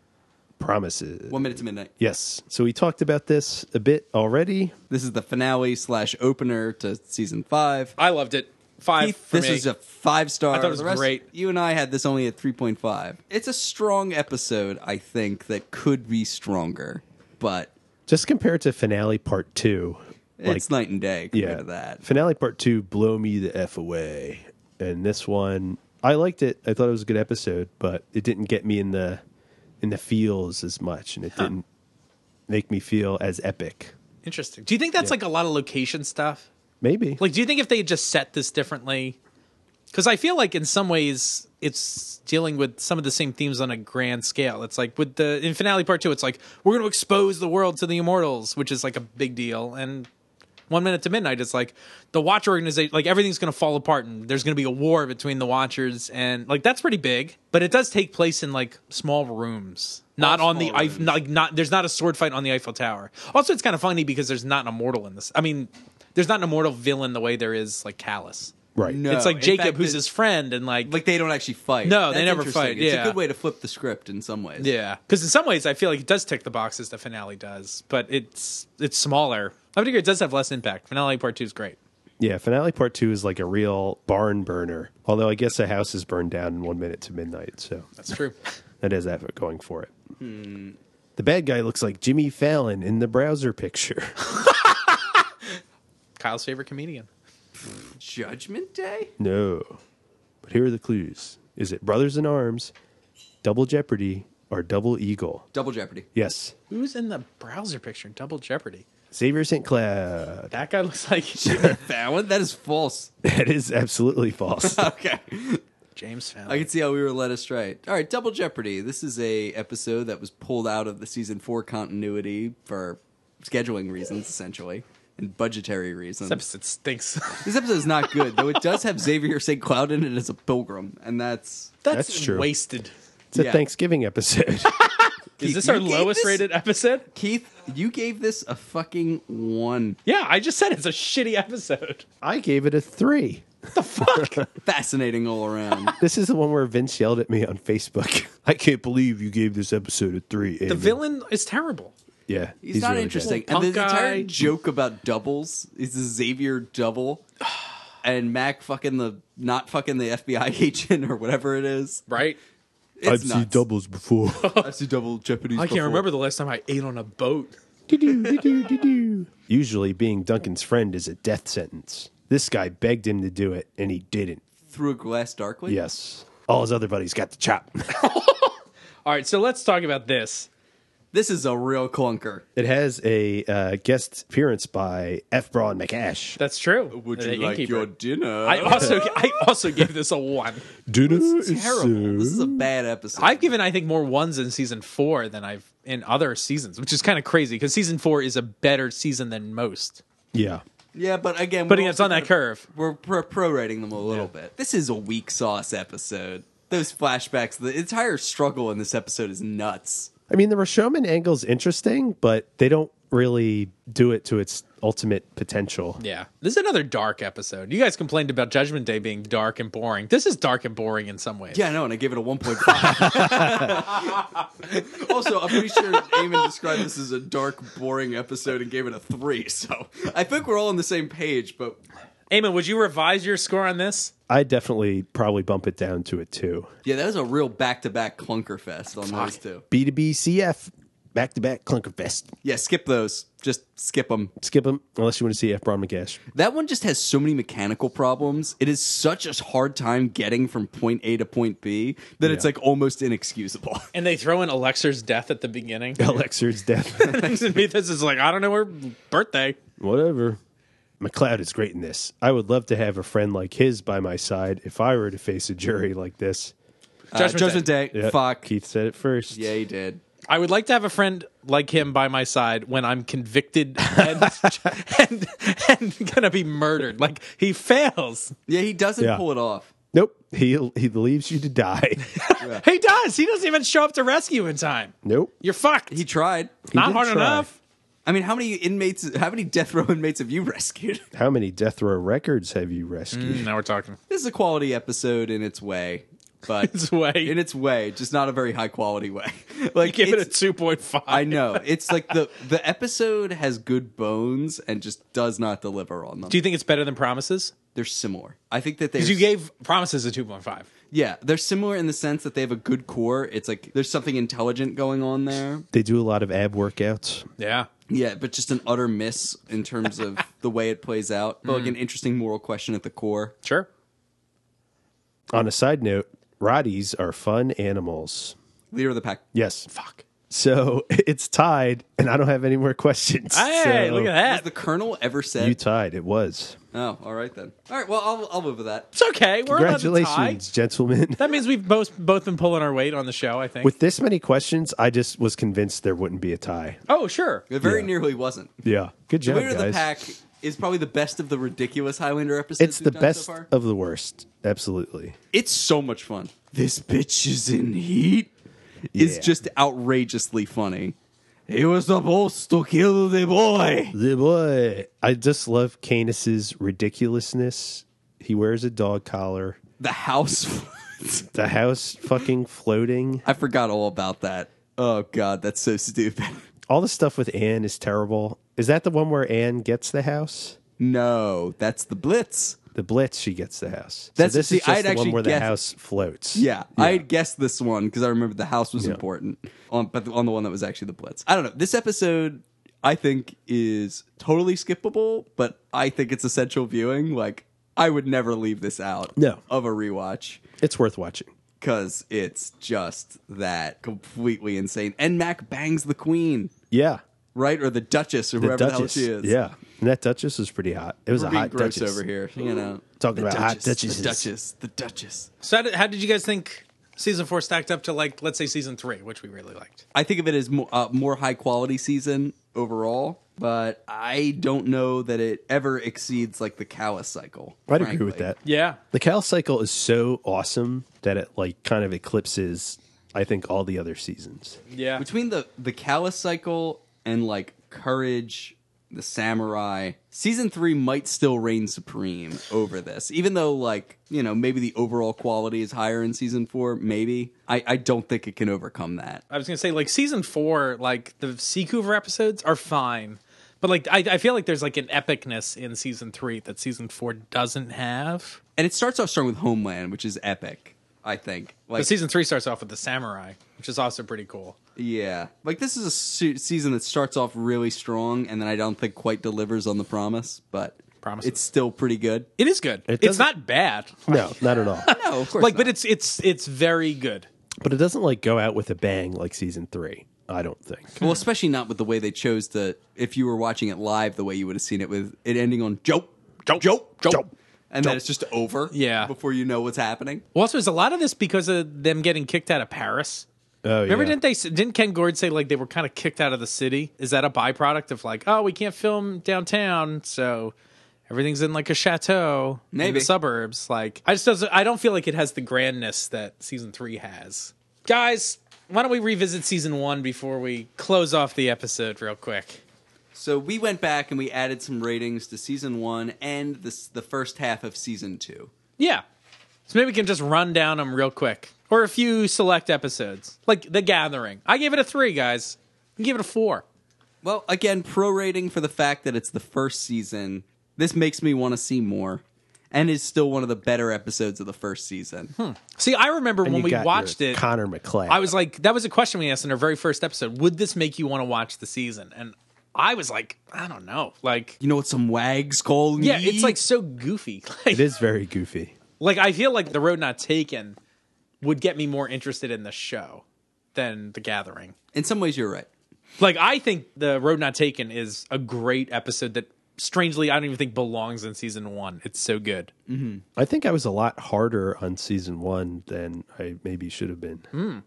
Promises.
One minute to midnight.
Yes. So we talked about this a bit already.
This is the finale slash opener to season five.
I loved it. Five
Keith,
for
this
me.
is a five star.
I thought it was
The rest-
great.
You and I had this only at three point five. It's a strong episode, I think, that could be stronger, but
Just compare it to finale part two.
it's night and day compared to that.
Finale part two, blow me the F away. And this one I liked it. I thought it was a good episode, but it didn't get me in the in the feels as much and it didn't make me feel as epic.
Interesting. Do you think that's like a lot of location stuff?
Maybe.
Like, do you think if they had just set this differently? Because I feel like in some ways it's dealing with some of the same themes on a grand scale. It's like with the in finale part two, it's like we're going to expose the world to the immortals, which is like a big deal. And one minute to midnight, it's like the Watch organization, like everything's going to fall apart, and there's going to be a war between the Watchers, and like that's pretty big. But it does take place in like small rooms, not on the
small
Eiff-
rooms.
like not there's not a sword fight on the Eiffel Tower. Also, it's kind of funny because there's not an immortal in this. I mean, there's not an immortal villain the way there is like Callus.
right.
No.
It's like
in
Jacob,
fact,
who's
the-
his friend, and like,
Like they don't actually fight.
No, they never
interesting.
fight,
It's
yeah.
a good way to flip the script in some ways.
yeah, because in some ways I feel like it does tick the boxes the finale does, but it's it's smaller. I would agree it does have less impact. Finale part two is great.
Yeah, finale part two is like a real barn burner. Although I guess a house is burned down in one minute to midnight, so
That's true.
that is that going for it.
Hmm.
The bad guy looks like Jimmy Fallon in the browser picture.
Kyle's favorite comedian.
Judgment Day.
no. But here are the clues. Is it Brothers in Arms, Double Jeopardy, or Double Eagle?
Double Jeopardy.
Yes.
Who's in the browser picture in Double Jeopardy?
Xavier St. Cloud.
That guy looks like
That one. That is false.
That is absolutely false.
okay.
James Fallon.
I can see how we were led astray. All right, Double Jeopardy. This is a episode that was pulled out of the season four continuity for scheduling reasons, essentially, and budgetary reasons.
This episode stinks.
This episode is not good, though. It does have Xavier St. Cloud in it as a pilgrim, and that's
That's,
That's true.
wasted.
It's a
Yeah.
Thanksgiving episode.
Is this
you
our
gave
lowest
this-
rated episode?
Keith. You gave this a fucking one.
Yeah, I just said it's a shitty episode.
I gave it a three.
Fascinating all around.
This is the one where Vince yelled at me on Facebook. I can't believe you gave this episode a three.
The villain is terrible.
Yeah,
He's, not
really bad.
interesting.
Little
And the
punk guy.
entire joke about doubles is the Xavier double, and Mac fucking the not fucking the FBI agent or whatever it is.
Right?
It's nuts.
doubles before.
I've seen double Jeopardy.
I can't remember the last time I ate on a boat.
Usually, being Duncan's friend is a death sentence. This guy begged him to do it, and he didn't.
through a glass darkly.
Yes. All his other buddies got the chop.
All right, so let's talk about this.
this is a real clunker.
it has a uh, guest appearance by F. Braun McAsh.
That's true. The innkeeper.
dinner?
I also I also gave this a one.
Dinner
terrible. This is a bad episode.
I've given I think more ones in season four than I've in other seasons, which is kind of crazy because season four is a better season than most.
Yeah.
Yeah, but again,
Putting
we're
us
also
on that
gonna-
curve.
We're pro- prorating them a little bit. This is a weak sauce episode. Those flashbacks, the entire struggle in this episode is nuts.
I mean, the Rashomon angle's interesting, but they don't really do it to its ultimate potential.
Yeah. This is another dark episode. You guys complained about Judgment Day being dark and boring. This is dark and boring in some ways.
Yeah, I know, and I gave it a 1.5. also, I'm pretty sure Eamon described this as a dark, boring episode and gave it a 3. So I think we're all on the same page, but
Eamon, would you revise your score on this?
I definitely probably bump it down to a two.
yeah, that was a real back to back clunker fest on those two.
B2B CF, back to back clunker fest.
Yeah, skip those. Just skip them.
Skip them unless you want to see F. Bron McGash.
That one just has so many mechanical problems. It is such a hard time getting from point A to point B that it's like almost inexcusable. Uh,
And they throw in Alexa's death at the beginning.
Elixir's death.
to me, this is like, I don't know her birthday.
Whatever. McLeod is great in this. I would love to have a friend like his by my side if I were to face a jury like this.
Judgment,
Uh,
Day.
Day.
Yeah,
Fuck.
Keith said it first.
Yeah, he did.
I would like to have a friend like him by my side when I'm convicted and, and, and gonna be murdered. Like, he fails.
Yeah, he doesn't
Yeah.
pull it off.
Nope. He he leaves you to die.
He does. He doesn't even show up to rescue in time.
nope.
You're fucked.
He tried.
Not
did
hard
try.
enough.
I mean, how many inmates, how many death row inmates have you rescued?
How many death row records have you rescued?
Now we're talking.
This is a quality episode in its way, but
Its way.
in its way, just not a very high quality way. Like
Give it a
it's-
2.5.
I know it's like the the episode has good bones and just does not deliver on them.
Do you think it's better than Promises?
they're similar. I think that they
Because you gave Promises a 2.5.
Yeah, they're similar in the sense that they have a good core. It's like there's something intelligent going on there.
They do a lot of ab workouts.
Yeah.
Yeah, but just an utter miss in terms of the way it plays out. But like
Mm.
an interesting moral question at the core.
Sure.
On a side note, Roddies are fun animals.
Leader of the pack.
Yes.
Fuck.
So it's tied, and I don't have any more questions.
Hey,
So
look
Has
at
the
that.
colonel ever said?
You tied. It was.
oh, all right then. All right, well, I'll I'll live with that.
It's okay. We're allowed to tie.
Congratulations, gentlemen.
That means we've both both been pulling our weight on the show, I think.
With this many questions, I just was convinced there wouldn't be a tie.
oh, sure.
It very
Yeah.
nearly wasn't.
Yeah. Good job,
Leader of the
guys.
pack is probably the best of the ridiculous Highlander episodes.
It's
we've
the
done
best
So far.
of the worst. Absolutely.
it's so much fun. This bitch is in heat. Is
Yeah.
just outrageously funny. He was supposed to kill the boy.
The boy. I just love Canis's ridiculousness. He wears a dog collar.
The house.
The house fucking floating.
I forgot all about that. Oh god, that's so stupid.
All the stuff with Anne is terrible. Is that the one where Anne gets the house?
No, that's the Blitz.
The Blitz, she gets the house.
That's-
so this
see,
is just
I'd
the one
actually
where
guessed-
the house floats.
Yeah, I had guessed this one because I remembered the house was important. On but on the one that was actually the Blitz. I don't know. This episode I think is totally skippable, but I think it's essential viewing. Like I would never leave this out
No.
of a rewatch.
It's worth watching.
because it's just that completely insane. And Mac bangs the queen,
Yeah.
right, or the Duchess, or
The
whoever the hell
Duchess.
she is.
Yeah. And that Duchess was pretty hot. It was
We're
a
being
hot
gross
Duchess.
over here, you know.
Talking
the
about hot
the
Duchesses.
Duchess, the Duchess.
So, how did, how did you guys think season four stacked up to, like, let's say season three, which we really liked?
I think of it as more, uh, more high quality season overall, but I don't know that it ever exceeds like the Cowis cycle.
I'd agree with
frankly.
that.
Yeah.
The Cal cycle is so awesome that it like kind of eclipses, I think, all the other seasons.
Yeah.
Between the the Callus cycle and like Courage, the Samurai, season three might still reign supreme over this. Even though like you know maybe the overall quality is higher in season four, maybe I I don't think it can overcome that.
I was gonna say like season four, like the Seacouver episodes are fine, but like I, I feel like there's like an epicness in season three that season four doesn't have.
And it starts off strong with Homeland, which is epic. I think like
But season three starts off with the samurai, which is also pretty cool.
yeah, like this is a se- season that starts off really strong, and then I don't think quite delivers on the promise, but
Promises.
it's still pretty good.
It is good. it's
doesn't-
not bad.
No, not at all.
No, of course,
Like,
not.
but it's it's it's very good.
but it doesn't like go out with a bang like season three. I don't think.
Well, especially not with the way they chose to. If you were watching it live, the way you would have seen it with it ending on joke, joke, joke, joke, and then it's just over.
Yeah.
before you know what's happening.
Well, also is a lot of this because of them getting kicked out of Paris.
Oh,
Remember,
yeah.
didn't they? s- Didn't Ken Gord say like they were kind of kicked out of the city? Is that a byproduct of like, oh, we can't film downtown, so everything's in like a chateau in
Maybe.
the suburbs? Like, I just doesn't. I don't feel like it has the grandness that season three has. Guys, why don't we revisit season one before we close off the episode real quick?
So we went back and we added some ratings to season one and this, the first half of season two.
Yeah, so maybe we can just run down them real quick, or a few select episodes, like The Gathering. I gave it a three, guys. You give it a four.
Well, again, prorating for the fact that it's the first season, this makes me want to see more, and is still one of the better episodes of the first season.
See, I remember when
You
we
got your
watched it.
Connor McClay.
I was like, that was a question we asked in our very first episode. Would this make you want to watch the season? And I was like, I don't know. Like,
You know what some wags call me?
yeah, it's like so goofy. Like,
it is very goofy.
like I feel like the road not taken would get me more interested in the show than the Gathering.
in some ways you're right.
Like, I think the road not taken is a great episode that. Strangely, I don't even think belongs in season one. It's so good.
I think I was a lot harder on season one than I maybe should have been.
Hmm.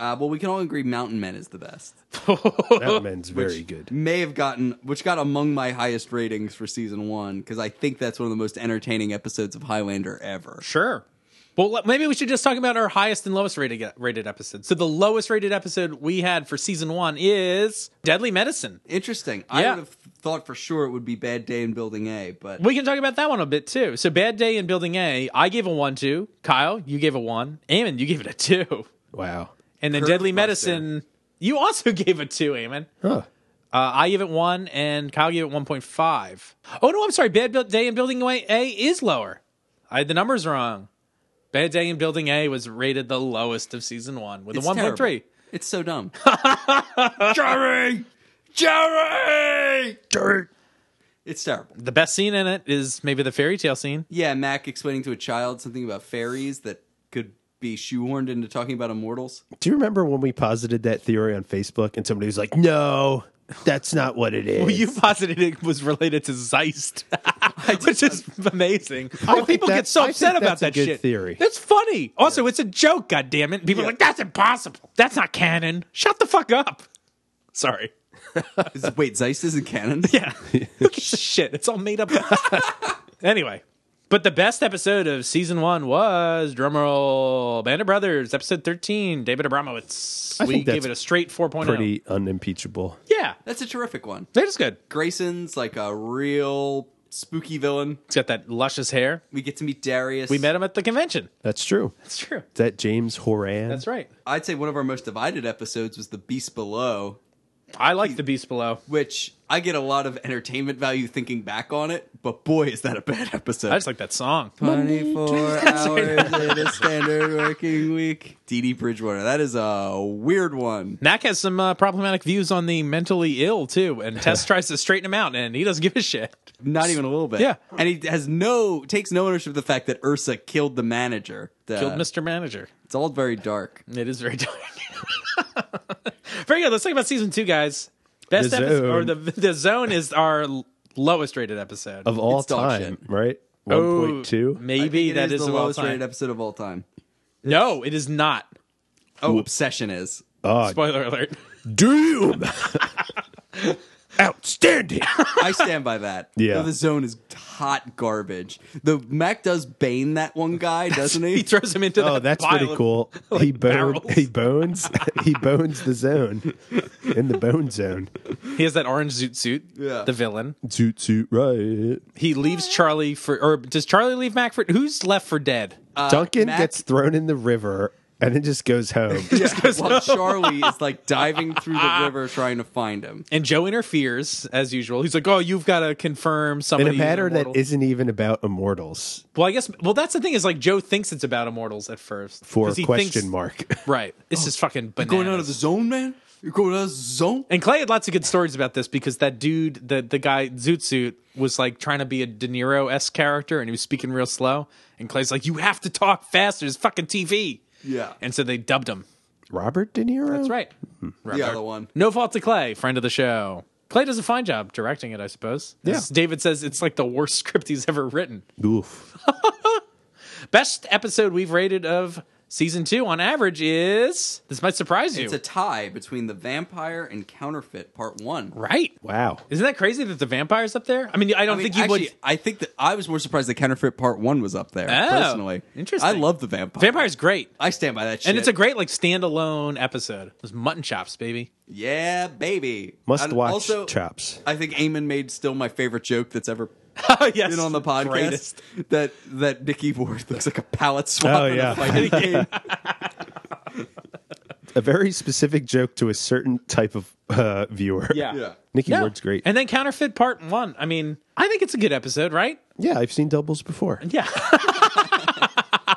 Uh, well, we can all agree Mountain Men is the best.
That man's very good.
May have gotten, which got among my highest ratings for season one, because I think that's one of the most entertaining episodes of Highlander ever.
Sure. Well, let- maybe we should just talk about our highest and lowest rated rated episodes. So the lowest rated episode we had for season one is Deadly Medicine.
Interesting. I
Yeah.
would have thought for sure it would be Bad Day in Building A, but
We can talk about that one a bit too. So Bad Day in Building A, I gave a one two. Kyle, you gave a one. Amon, you gave it a two.
Wow.
And then
Curve
Deadly
buster.
Medicine, you also gave a two, Amon.
Huh.
Uh, I gave it one, and Kyle gave it one point five. Oh no, I'm sorry. Bad Bu- Day in Building A is lower. I had the numbers wrong. Bad Day in Building A was rated the lowest of season one with
it's
a one point three.
terrible. It's so dumb.
Jerry! Jerry!
it's terrible.
The best scene in it is maybe the fairy tale scene.
Yeah, Mac explaining to a child something about fairies that could be shoehorned into talking about immortals.
Do you remember when we posited that theory on Facebook and somebody was like, no, that's not what it is?
Well, you posited it was related to Zeist, which is amazing. Well,
think
people
that-
get so
I think
upset about
that's a
that
good
shit.
theory.
That's funny. Also, it's a joke. God damn it! People are like, "That's impossible. That's not canon." Shut the fuck up. Sorry.
Is- Wait, Zeist isn't canon?
Yeah. Who gives a shit. It's all made up. anyway. But the best episode of season one was drumroll Bandit Brothers, episode thirteen, David Abramowitz.
I
we
think that's
gave it a straight 4.0.
Pretty unimpeachable.
yeah.
That's a terrific one.
That is good.
Grayson's like a real spooky villain.
He's got that luscious hair.
We get to meet Darius.
We met him at the convention.
That's true. Is
That's true.
that James Horan?
That's right.
I'd say one of our most divided episodes was The Beast Below,
I like the Beast Below.
which I get a lot of entertainment value thinking back on it, but boy, is that a bad episode.
I just like that song.
24 hours in a standard working week. DD Bridgewater. That is a weird one.
Mac has some uh, problematic views on the mentally ill too, and Tess tries to straighten him out, and he doesn't give a shit.
Not even a little bit.
Yeah.
And he has no, takes no ownership of the fact that Ursa killed the manager. The-
Killed Mr. Manager.
It's all Uh, very dark.
It is very dark. very good. Let's talk about season two, guys. Best
The
episode, or
Zone.
the the zone is our l- lowest rated episode.
of all
It's dog
time, right?
Oh,
1.2.
Maybe
It
that is,
the
of all
lowest
time.
rated episode of all time.
No, it is not.
Oh, Obsession is.
Spoiler alert.
Doom! Outstanding!
I stand by that.
Yeah.
Though the zone is hot garbage. The Mac does bane that one guy, doesn't he?
He throws him into.
Oh,
that
that's
pile
pretty
of-
cool. he, bone,
barrels.
he bones. He bones the zone in the bone zone.
He has that orange zoot suit.
Yeah.
The villain.
Toot toot right.
He leaves Charlie for, or does Charlie leave Mac for? Who's left for dead? Uh,
Duncan
Mac-
gets thrown in the river and then just goes home.
While Charlie is like diving through the river trying to find him.
And Joe interferes as usual. He's like, "Oh, you've got to confirm
in a
somebody."
matter that isn't even about immortals
well, I guess. Well, that's the thing is like Joe thinks it's about immortals at first
for
'Cause he
question
thinks-
mark.
Right. This is fucking bananas.
Going out of the zone, man? You're going out of the zone?
and Clay had lots of good stories about this because that dude, the the guy Zoot Suit, was like trying to be a De Niro s character, and he was speaking real slow. And Clay's like, "You have to talk faster. It's fucking TV."
Yeah.
And so they dubbed him.
Robert De Niro.
That's right.
The other one.
No fault to Clay, friend of the show. Clay does a fine job directing it, I suppose. As David says it's like the worst script he's ever written.
Oof.
Best episode we've rated of Season two, on average, is this might surprise you.
It's a tie between the vampire and counterfeit part one.
right?
Wow.
Isn't that crazy that the vampire's up there? I mean, I don't
mean,
think you
actually,
would.
I think that I was more surprised that counterfeit part one was up there.
Oh,
personally,
interesting.
I love the vampire.
Vampire's great,
I stand by that. uh, shit.
and it's a great like standalone episode. Those mutton chops, baby.
yeah, baby.
Must
And
watch
Also,
Chops.
I think Eamon made still my favorite joke that's ever
oh yes,
been on the podcast.
Greatest.
That that Nikki Ward looks like a pallet swap.
Oh,
in a
yeah.
fighting game.
A very specific joke to a certain type of uh, viewer.
Yeah.
yeah.
Nikki
No.
Ward's great.
And then Counterfeit Part One. I mean, I think it's a good episode, right?
yeah, I've seen doubles before.
Yeah.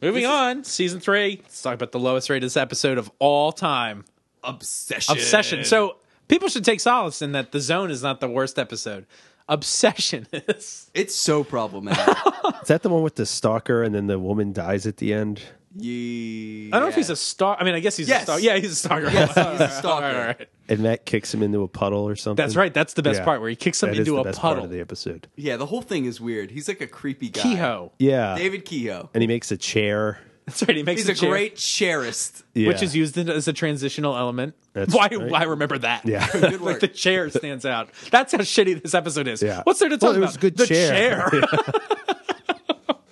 Moving on, season three. Let's talk about the lowest rated episode of all time,
Obsession.
Obsession. So people should take solace in that the Zone is not the worst episode. Obsession is.
It's so problematic.
Is that the one with the stalker and then the woman dies at the end?
Ye-
I don't know if he's a star. I mean, I guess he's
Yes.
a star. Yeah, he's a stalker.
Yes, he's a
All right,
stalker.
all right.
And that kicks him into a puddle or something.
That's right. That's the best
Yeah.
part where he kicks him
That is
into
the
a
best part
puddle.
of the episode.
Yeah, the whole thing is weird. He's like a creepy guy.
Kehoe.
Yeah.
David Kehoe.
And he makes a chair.
That's right. He makes
He's a
chair,
great chairist.
Yeah.
which is used in- as a transitional element.
That's
why
right.
why remember that?
Yeah.
Good
like
work.
the chair stands out. That's how shitty this episode is.
Yeah.
What's there to talk
Well, it
about?
was a good
the
chair.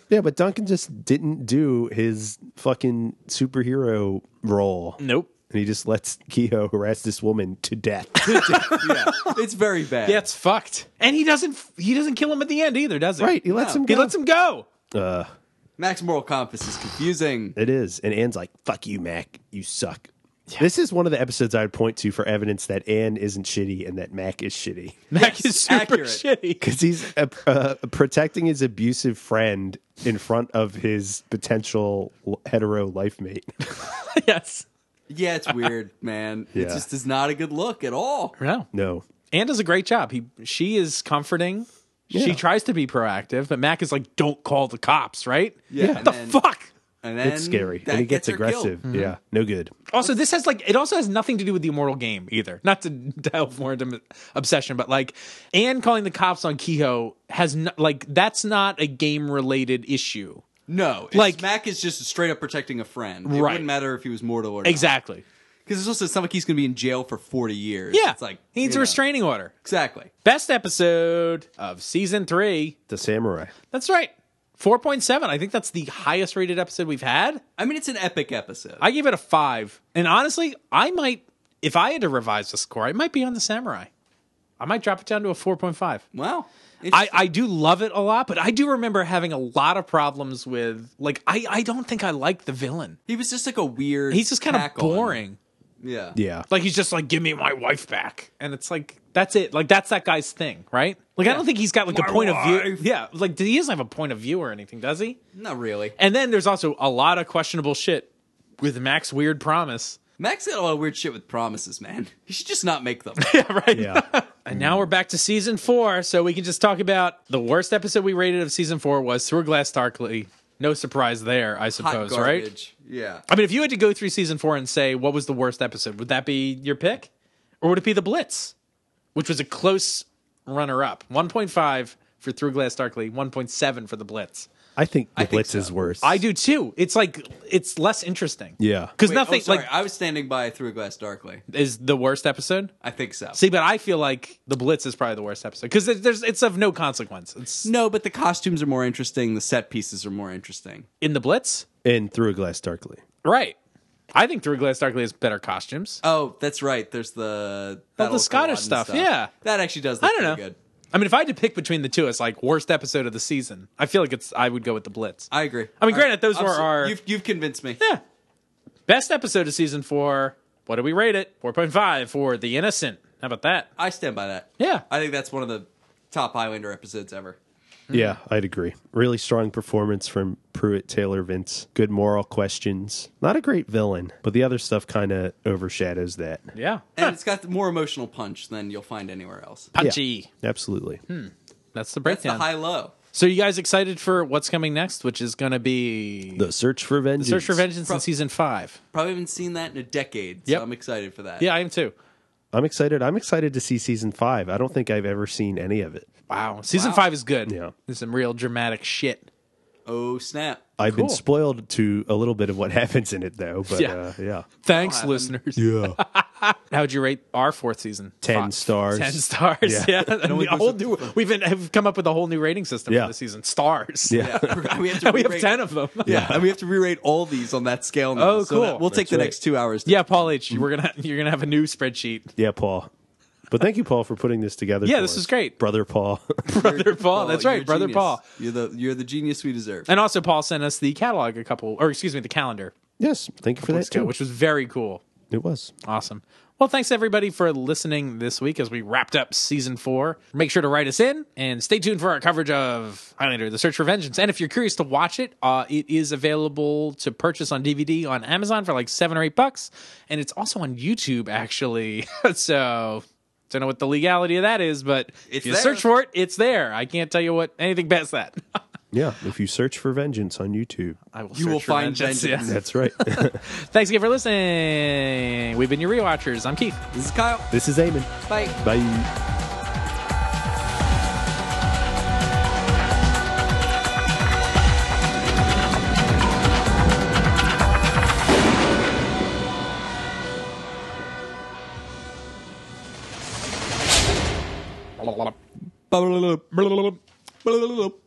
Yeah, but Duncan just didn't do his fucking superhero role.
nope.
And he just lets Kehoe harass this woman to death.
yeah, it's very bad.
Yeah, it's fucked. And he doesn't he doesn't kill him at the end either, does he?
right. He lets
No.
him
He
go.
lets him go.
Max moral compass is confusing.
It is. And Anne's like, fuck you, Mac. You suck. This is one of the episodes I would point to for evidence that Anne isn't shitty and that Mac is shitty.
Mac is super
accurate.
shitty.
Because he's uh, uh, protecting his abusive friend in front of his potential l- hetero life mate.
yes.
Yeah, it's weird, man. It
Yeah.
just is not a good look at all.
No.
No.
Anne does a great job. He she is comforting. She
Yeah.
tries to be proactive, but Mac is like, "Don't call the cops." Right?
Yeah,
Yeah.
and
The
then-
fuck.
And then
It's scary.
that
And he gets,
her killed.
aggressive.
Mm-hmm.
Yeah. No good.
Also, this has like it also has nothing to do with the immortal game either. Not to delve more into obsession, but like Anne calling the cops on Kehoe has no, like that's not a game related issue.
No, it's,
Like-
like Mac is just straight up protecting a friend. It
Right.
wouldn't matter if he was mortal or
Exactly.
Because it's also it's not like he's going to be in jail for forty years.
Yeah.
it's like
he needs
you
a
know.
restraining order.
Exactly.
Best episode of season three.
The samurai.
That's right. 4.7. I think that's the highest rated episode we've had.
I mean, it's an epic episode.
I gave it a five. And honestly, I might, if I had to revise the score, it might be on the samurai. I might drop it down to a 4.5.
wow.
I, I do love it a lot, but I do remember having a lot of problems with like I, I don't think I like the villain.
he was just like a weird.
He's just kind of
tack on.
boring.
Yeah.
Yeah.
Like he's just like, give me my wife back, and it's like that's it. Like that's that guy's thing, right? Like I don't think he's got like a point of view. Yeah, like he doesn't have a point of view or anything, does he?
Not really.
And then there's also a lot of questionable shit with Mac's weird promise.
Max got a lot of weird shit with promises, man. He should just not make them.
right?
Yeah.
And now we're back to season four, so we can just talk about the worst episode we rated of season four was Through a Glass Darkly. No surprise there, I
Hot
suppose, right?
garbage. Yeah.
I mean, if you had to go through season four and say what was the worst episode, would that be your pick, or would it be the Blitz, which was a close runner-up, one point five for Through Glass Darkly, one point seven for the Blitz.
I think the
think
Blitz
so.
is worse.
I do too. It's like it's less interesting.
Yeah.
because
Wait,
nothing
oh, sorry.
like
I was standing by through a glass darkly.
is the worst episode.
I think so.
See, but I feel like the Blitz is probably the worst episode because there's it's of no consequence. It's
no, but the costumes are more interesting. The set pieces are more interesting.
in the Blitz,
And Through a Glass Darkly.
right? I think Through Glass Darkly has better costumes.
Oh, that's right. There's the Battle of
Scottish
Culloden
stuff, yeah.
that actually does.
I
Look
don't know.
pretty Good.
I mean, if I had to pick between the two, it's like worst episode of the season. I feel like it's I would go with the Blitz.
I agree.
I mean,
All right.
granted, those
I'm
were
so-
our-
You've, you've convinced me.
Yeah. Best episode of season four. What do we rate it? 4.5 for The Innocent. How about that?
I stand by that.
Yeah.
I think that's one of the top Highlander episodes ever.
Mm-hmm.
Yeah, I'd agree. Really strong performance from Pruitt Taylor Vince. Good moral questions. Not a great villain, but the other stuff kind of overshadows that.
Yeah.
And it's got more emotional punch than you'll find anywhere else.
Punchy.
Absolutely.
Hmm. That's the
That's
breakdown.
the high low.
so, you guys excited for what's coming next, which is going to be
The Search for Vengeance.
Search for Vengeance
Pro-
in season five?
Probably haven't seen that in a decade, so
Yep.
I'm excited for that.
Yeah, I am too.
I'm excited. I'm excited to see season five. I don't think I've ever seen any of it.
Wow. Season
Wow.
five is good.
Yeah.
There's some real dramatic shit.
Oh snap!
I've been
Cool.
spoiled to a little bit of what happens in it, though. But
Yeah.
yeah, uh, yeah.
Thanks, listeners.
yeah.
How'd you rate our fourth season?
Ten
Five.
stars.
Ten stars. Yeah,
Yeah.
And
only
a
goes
whole
up to
new, we've been, have come up with a whole new rating system
Yeah.
for this season. Stars.
Yeah.
Yeah. we have, to
and we have
re-rate-
ten of them.
Yeah, and we have to re-rate all these on that scale now.
Oh,
So that-
cool.
we'll take
That's
the
right.
next two hours. To
Yeah, Paul H. We're gonna you're gonna have a new spreadsheet.
Yeah, Paul. But thank you, Paul, for putting this together.
Yeah,
for
this
us.
is great.
brother Paul.
Brother Paul.
Paul,
That's
you're
right,
a
brother
genius.
Paul.
You're the you're the genius we deserve.
And also, Paul sent us the catalog a couple, or excuse me, the calendar,
yes, thank you for that
weeks ago,
too.
which was very cool.
it was.
Awesome. Well, thanks everybody for listening this week as we wrapped up season four. Make sure to write us in and stay tuned for our coverage of Highlander: The Search for Vengeance. And if you're curious to watch it, uh, it is available to purchase on DVD on Amazon for like seven or eight bucks, and it's also on YouTube actually. so. Don't know what the legality of that is, but if
It's
you
there.
search for it, it's there. I can't tell you what anything past that.
Yeah, if you search for vengeance on YouTube,
I will.
You
search
will
for
find
yes.
vengeance.
that's right.
Thanks again for listening. We've been your rewatchers. I'm Keith.
this is Kyle.
this is Eamon.
Bye.
Bye.
Blah, blah, blah, blah, blah, blah, blah, blah, blah.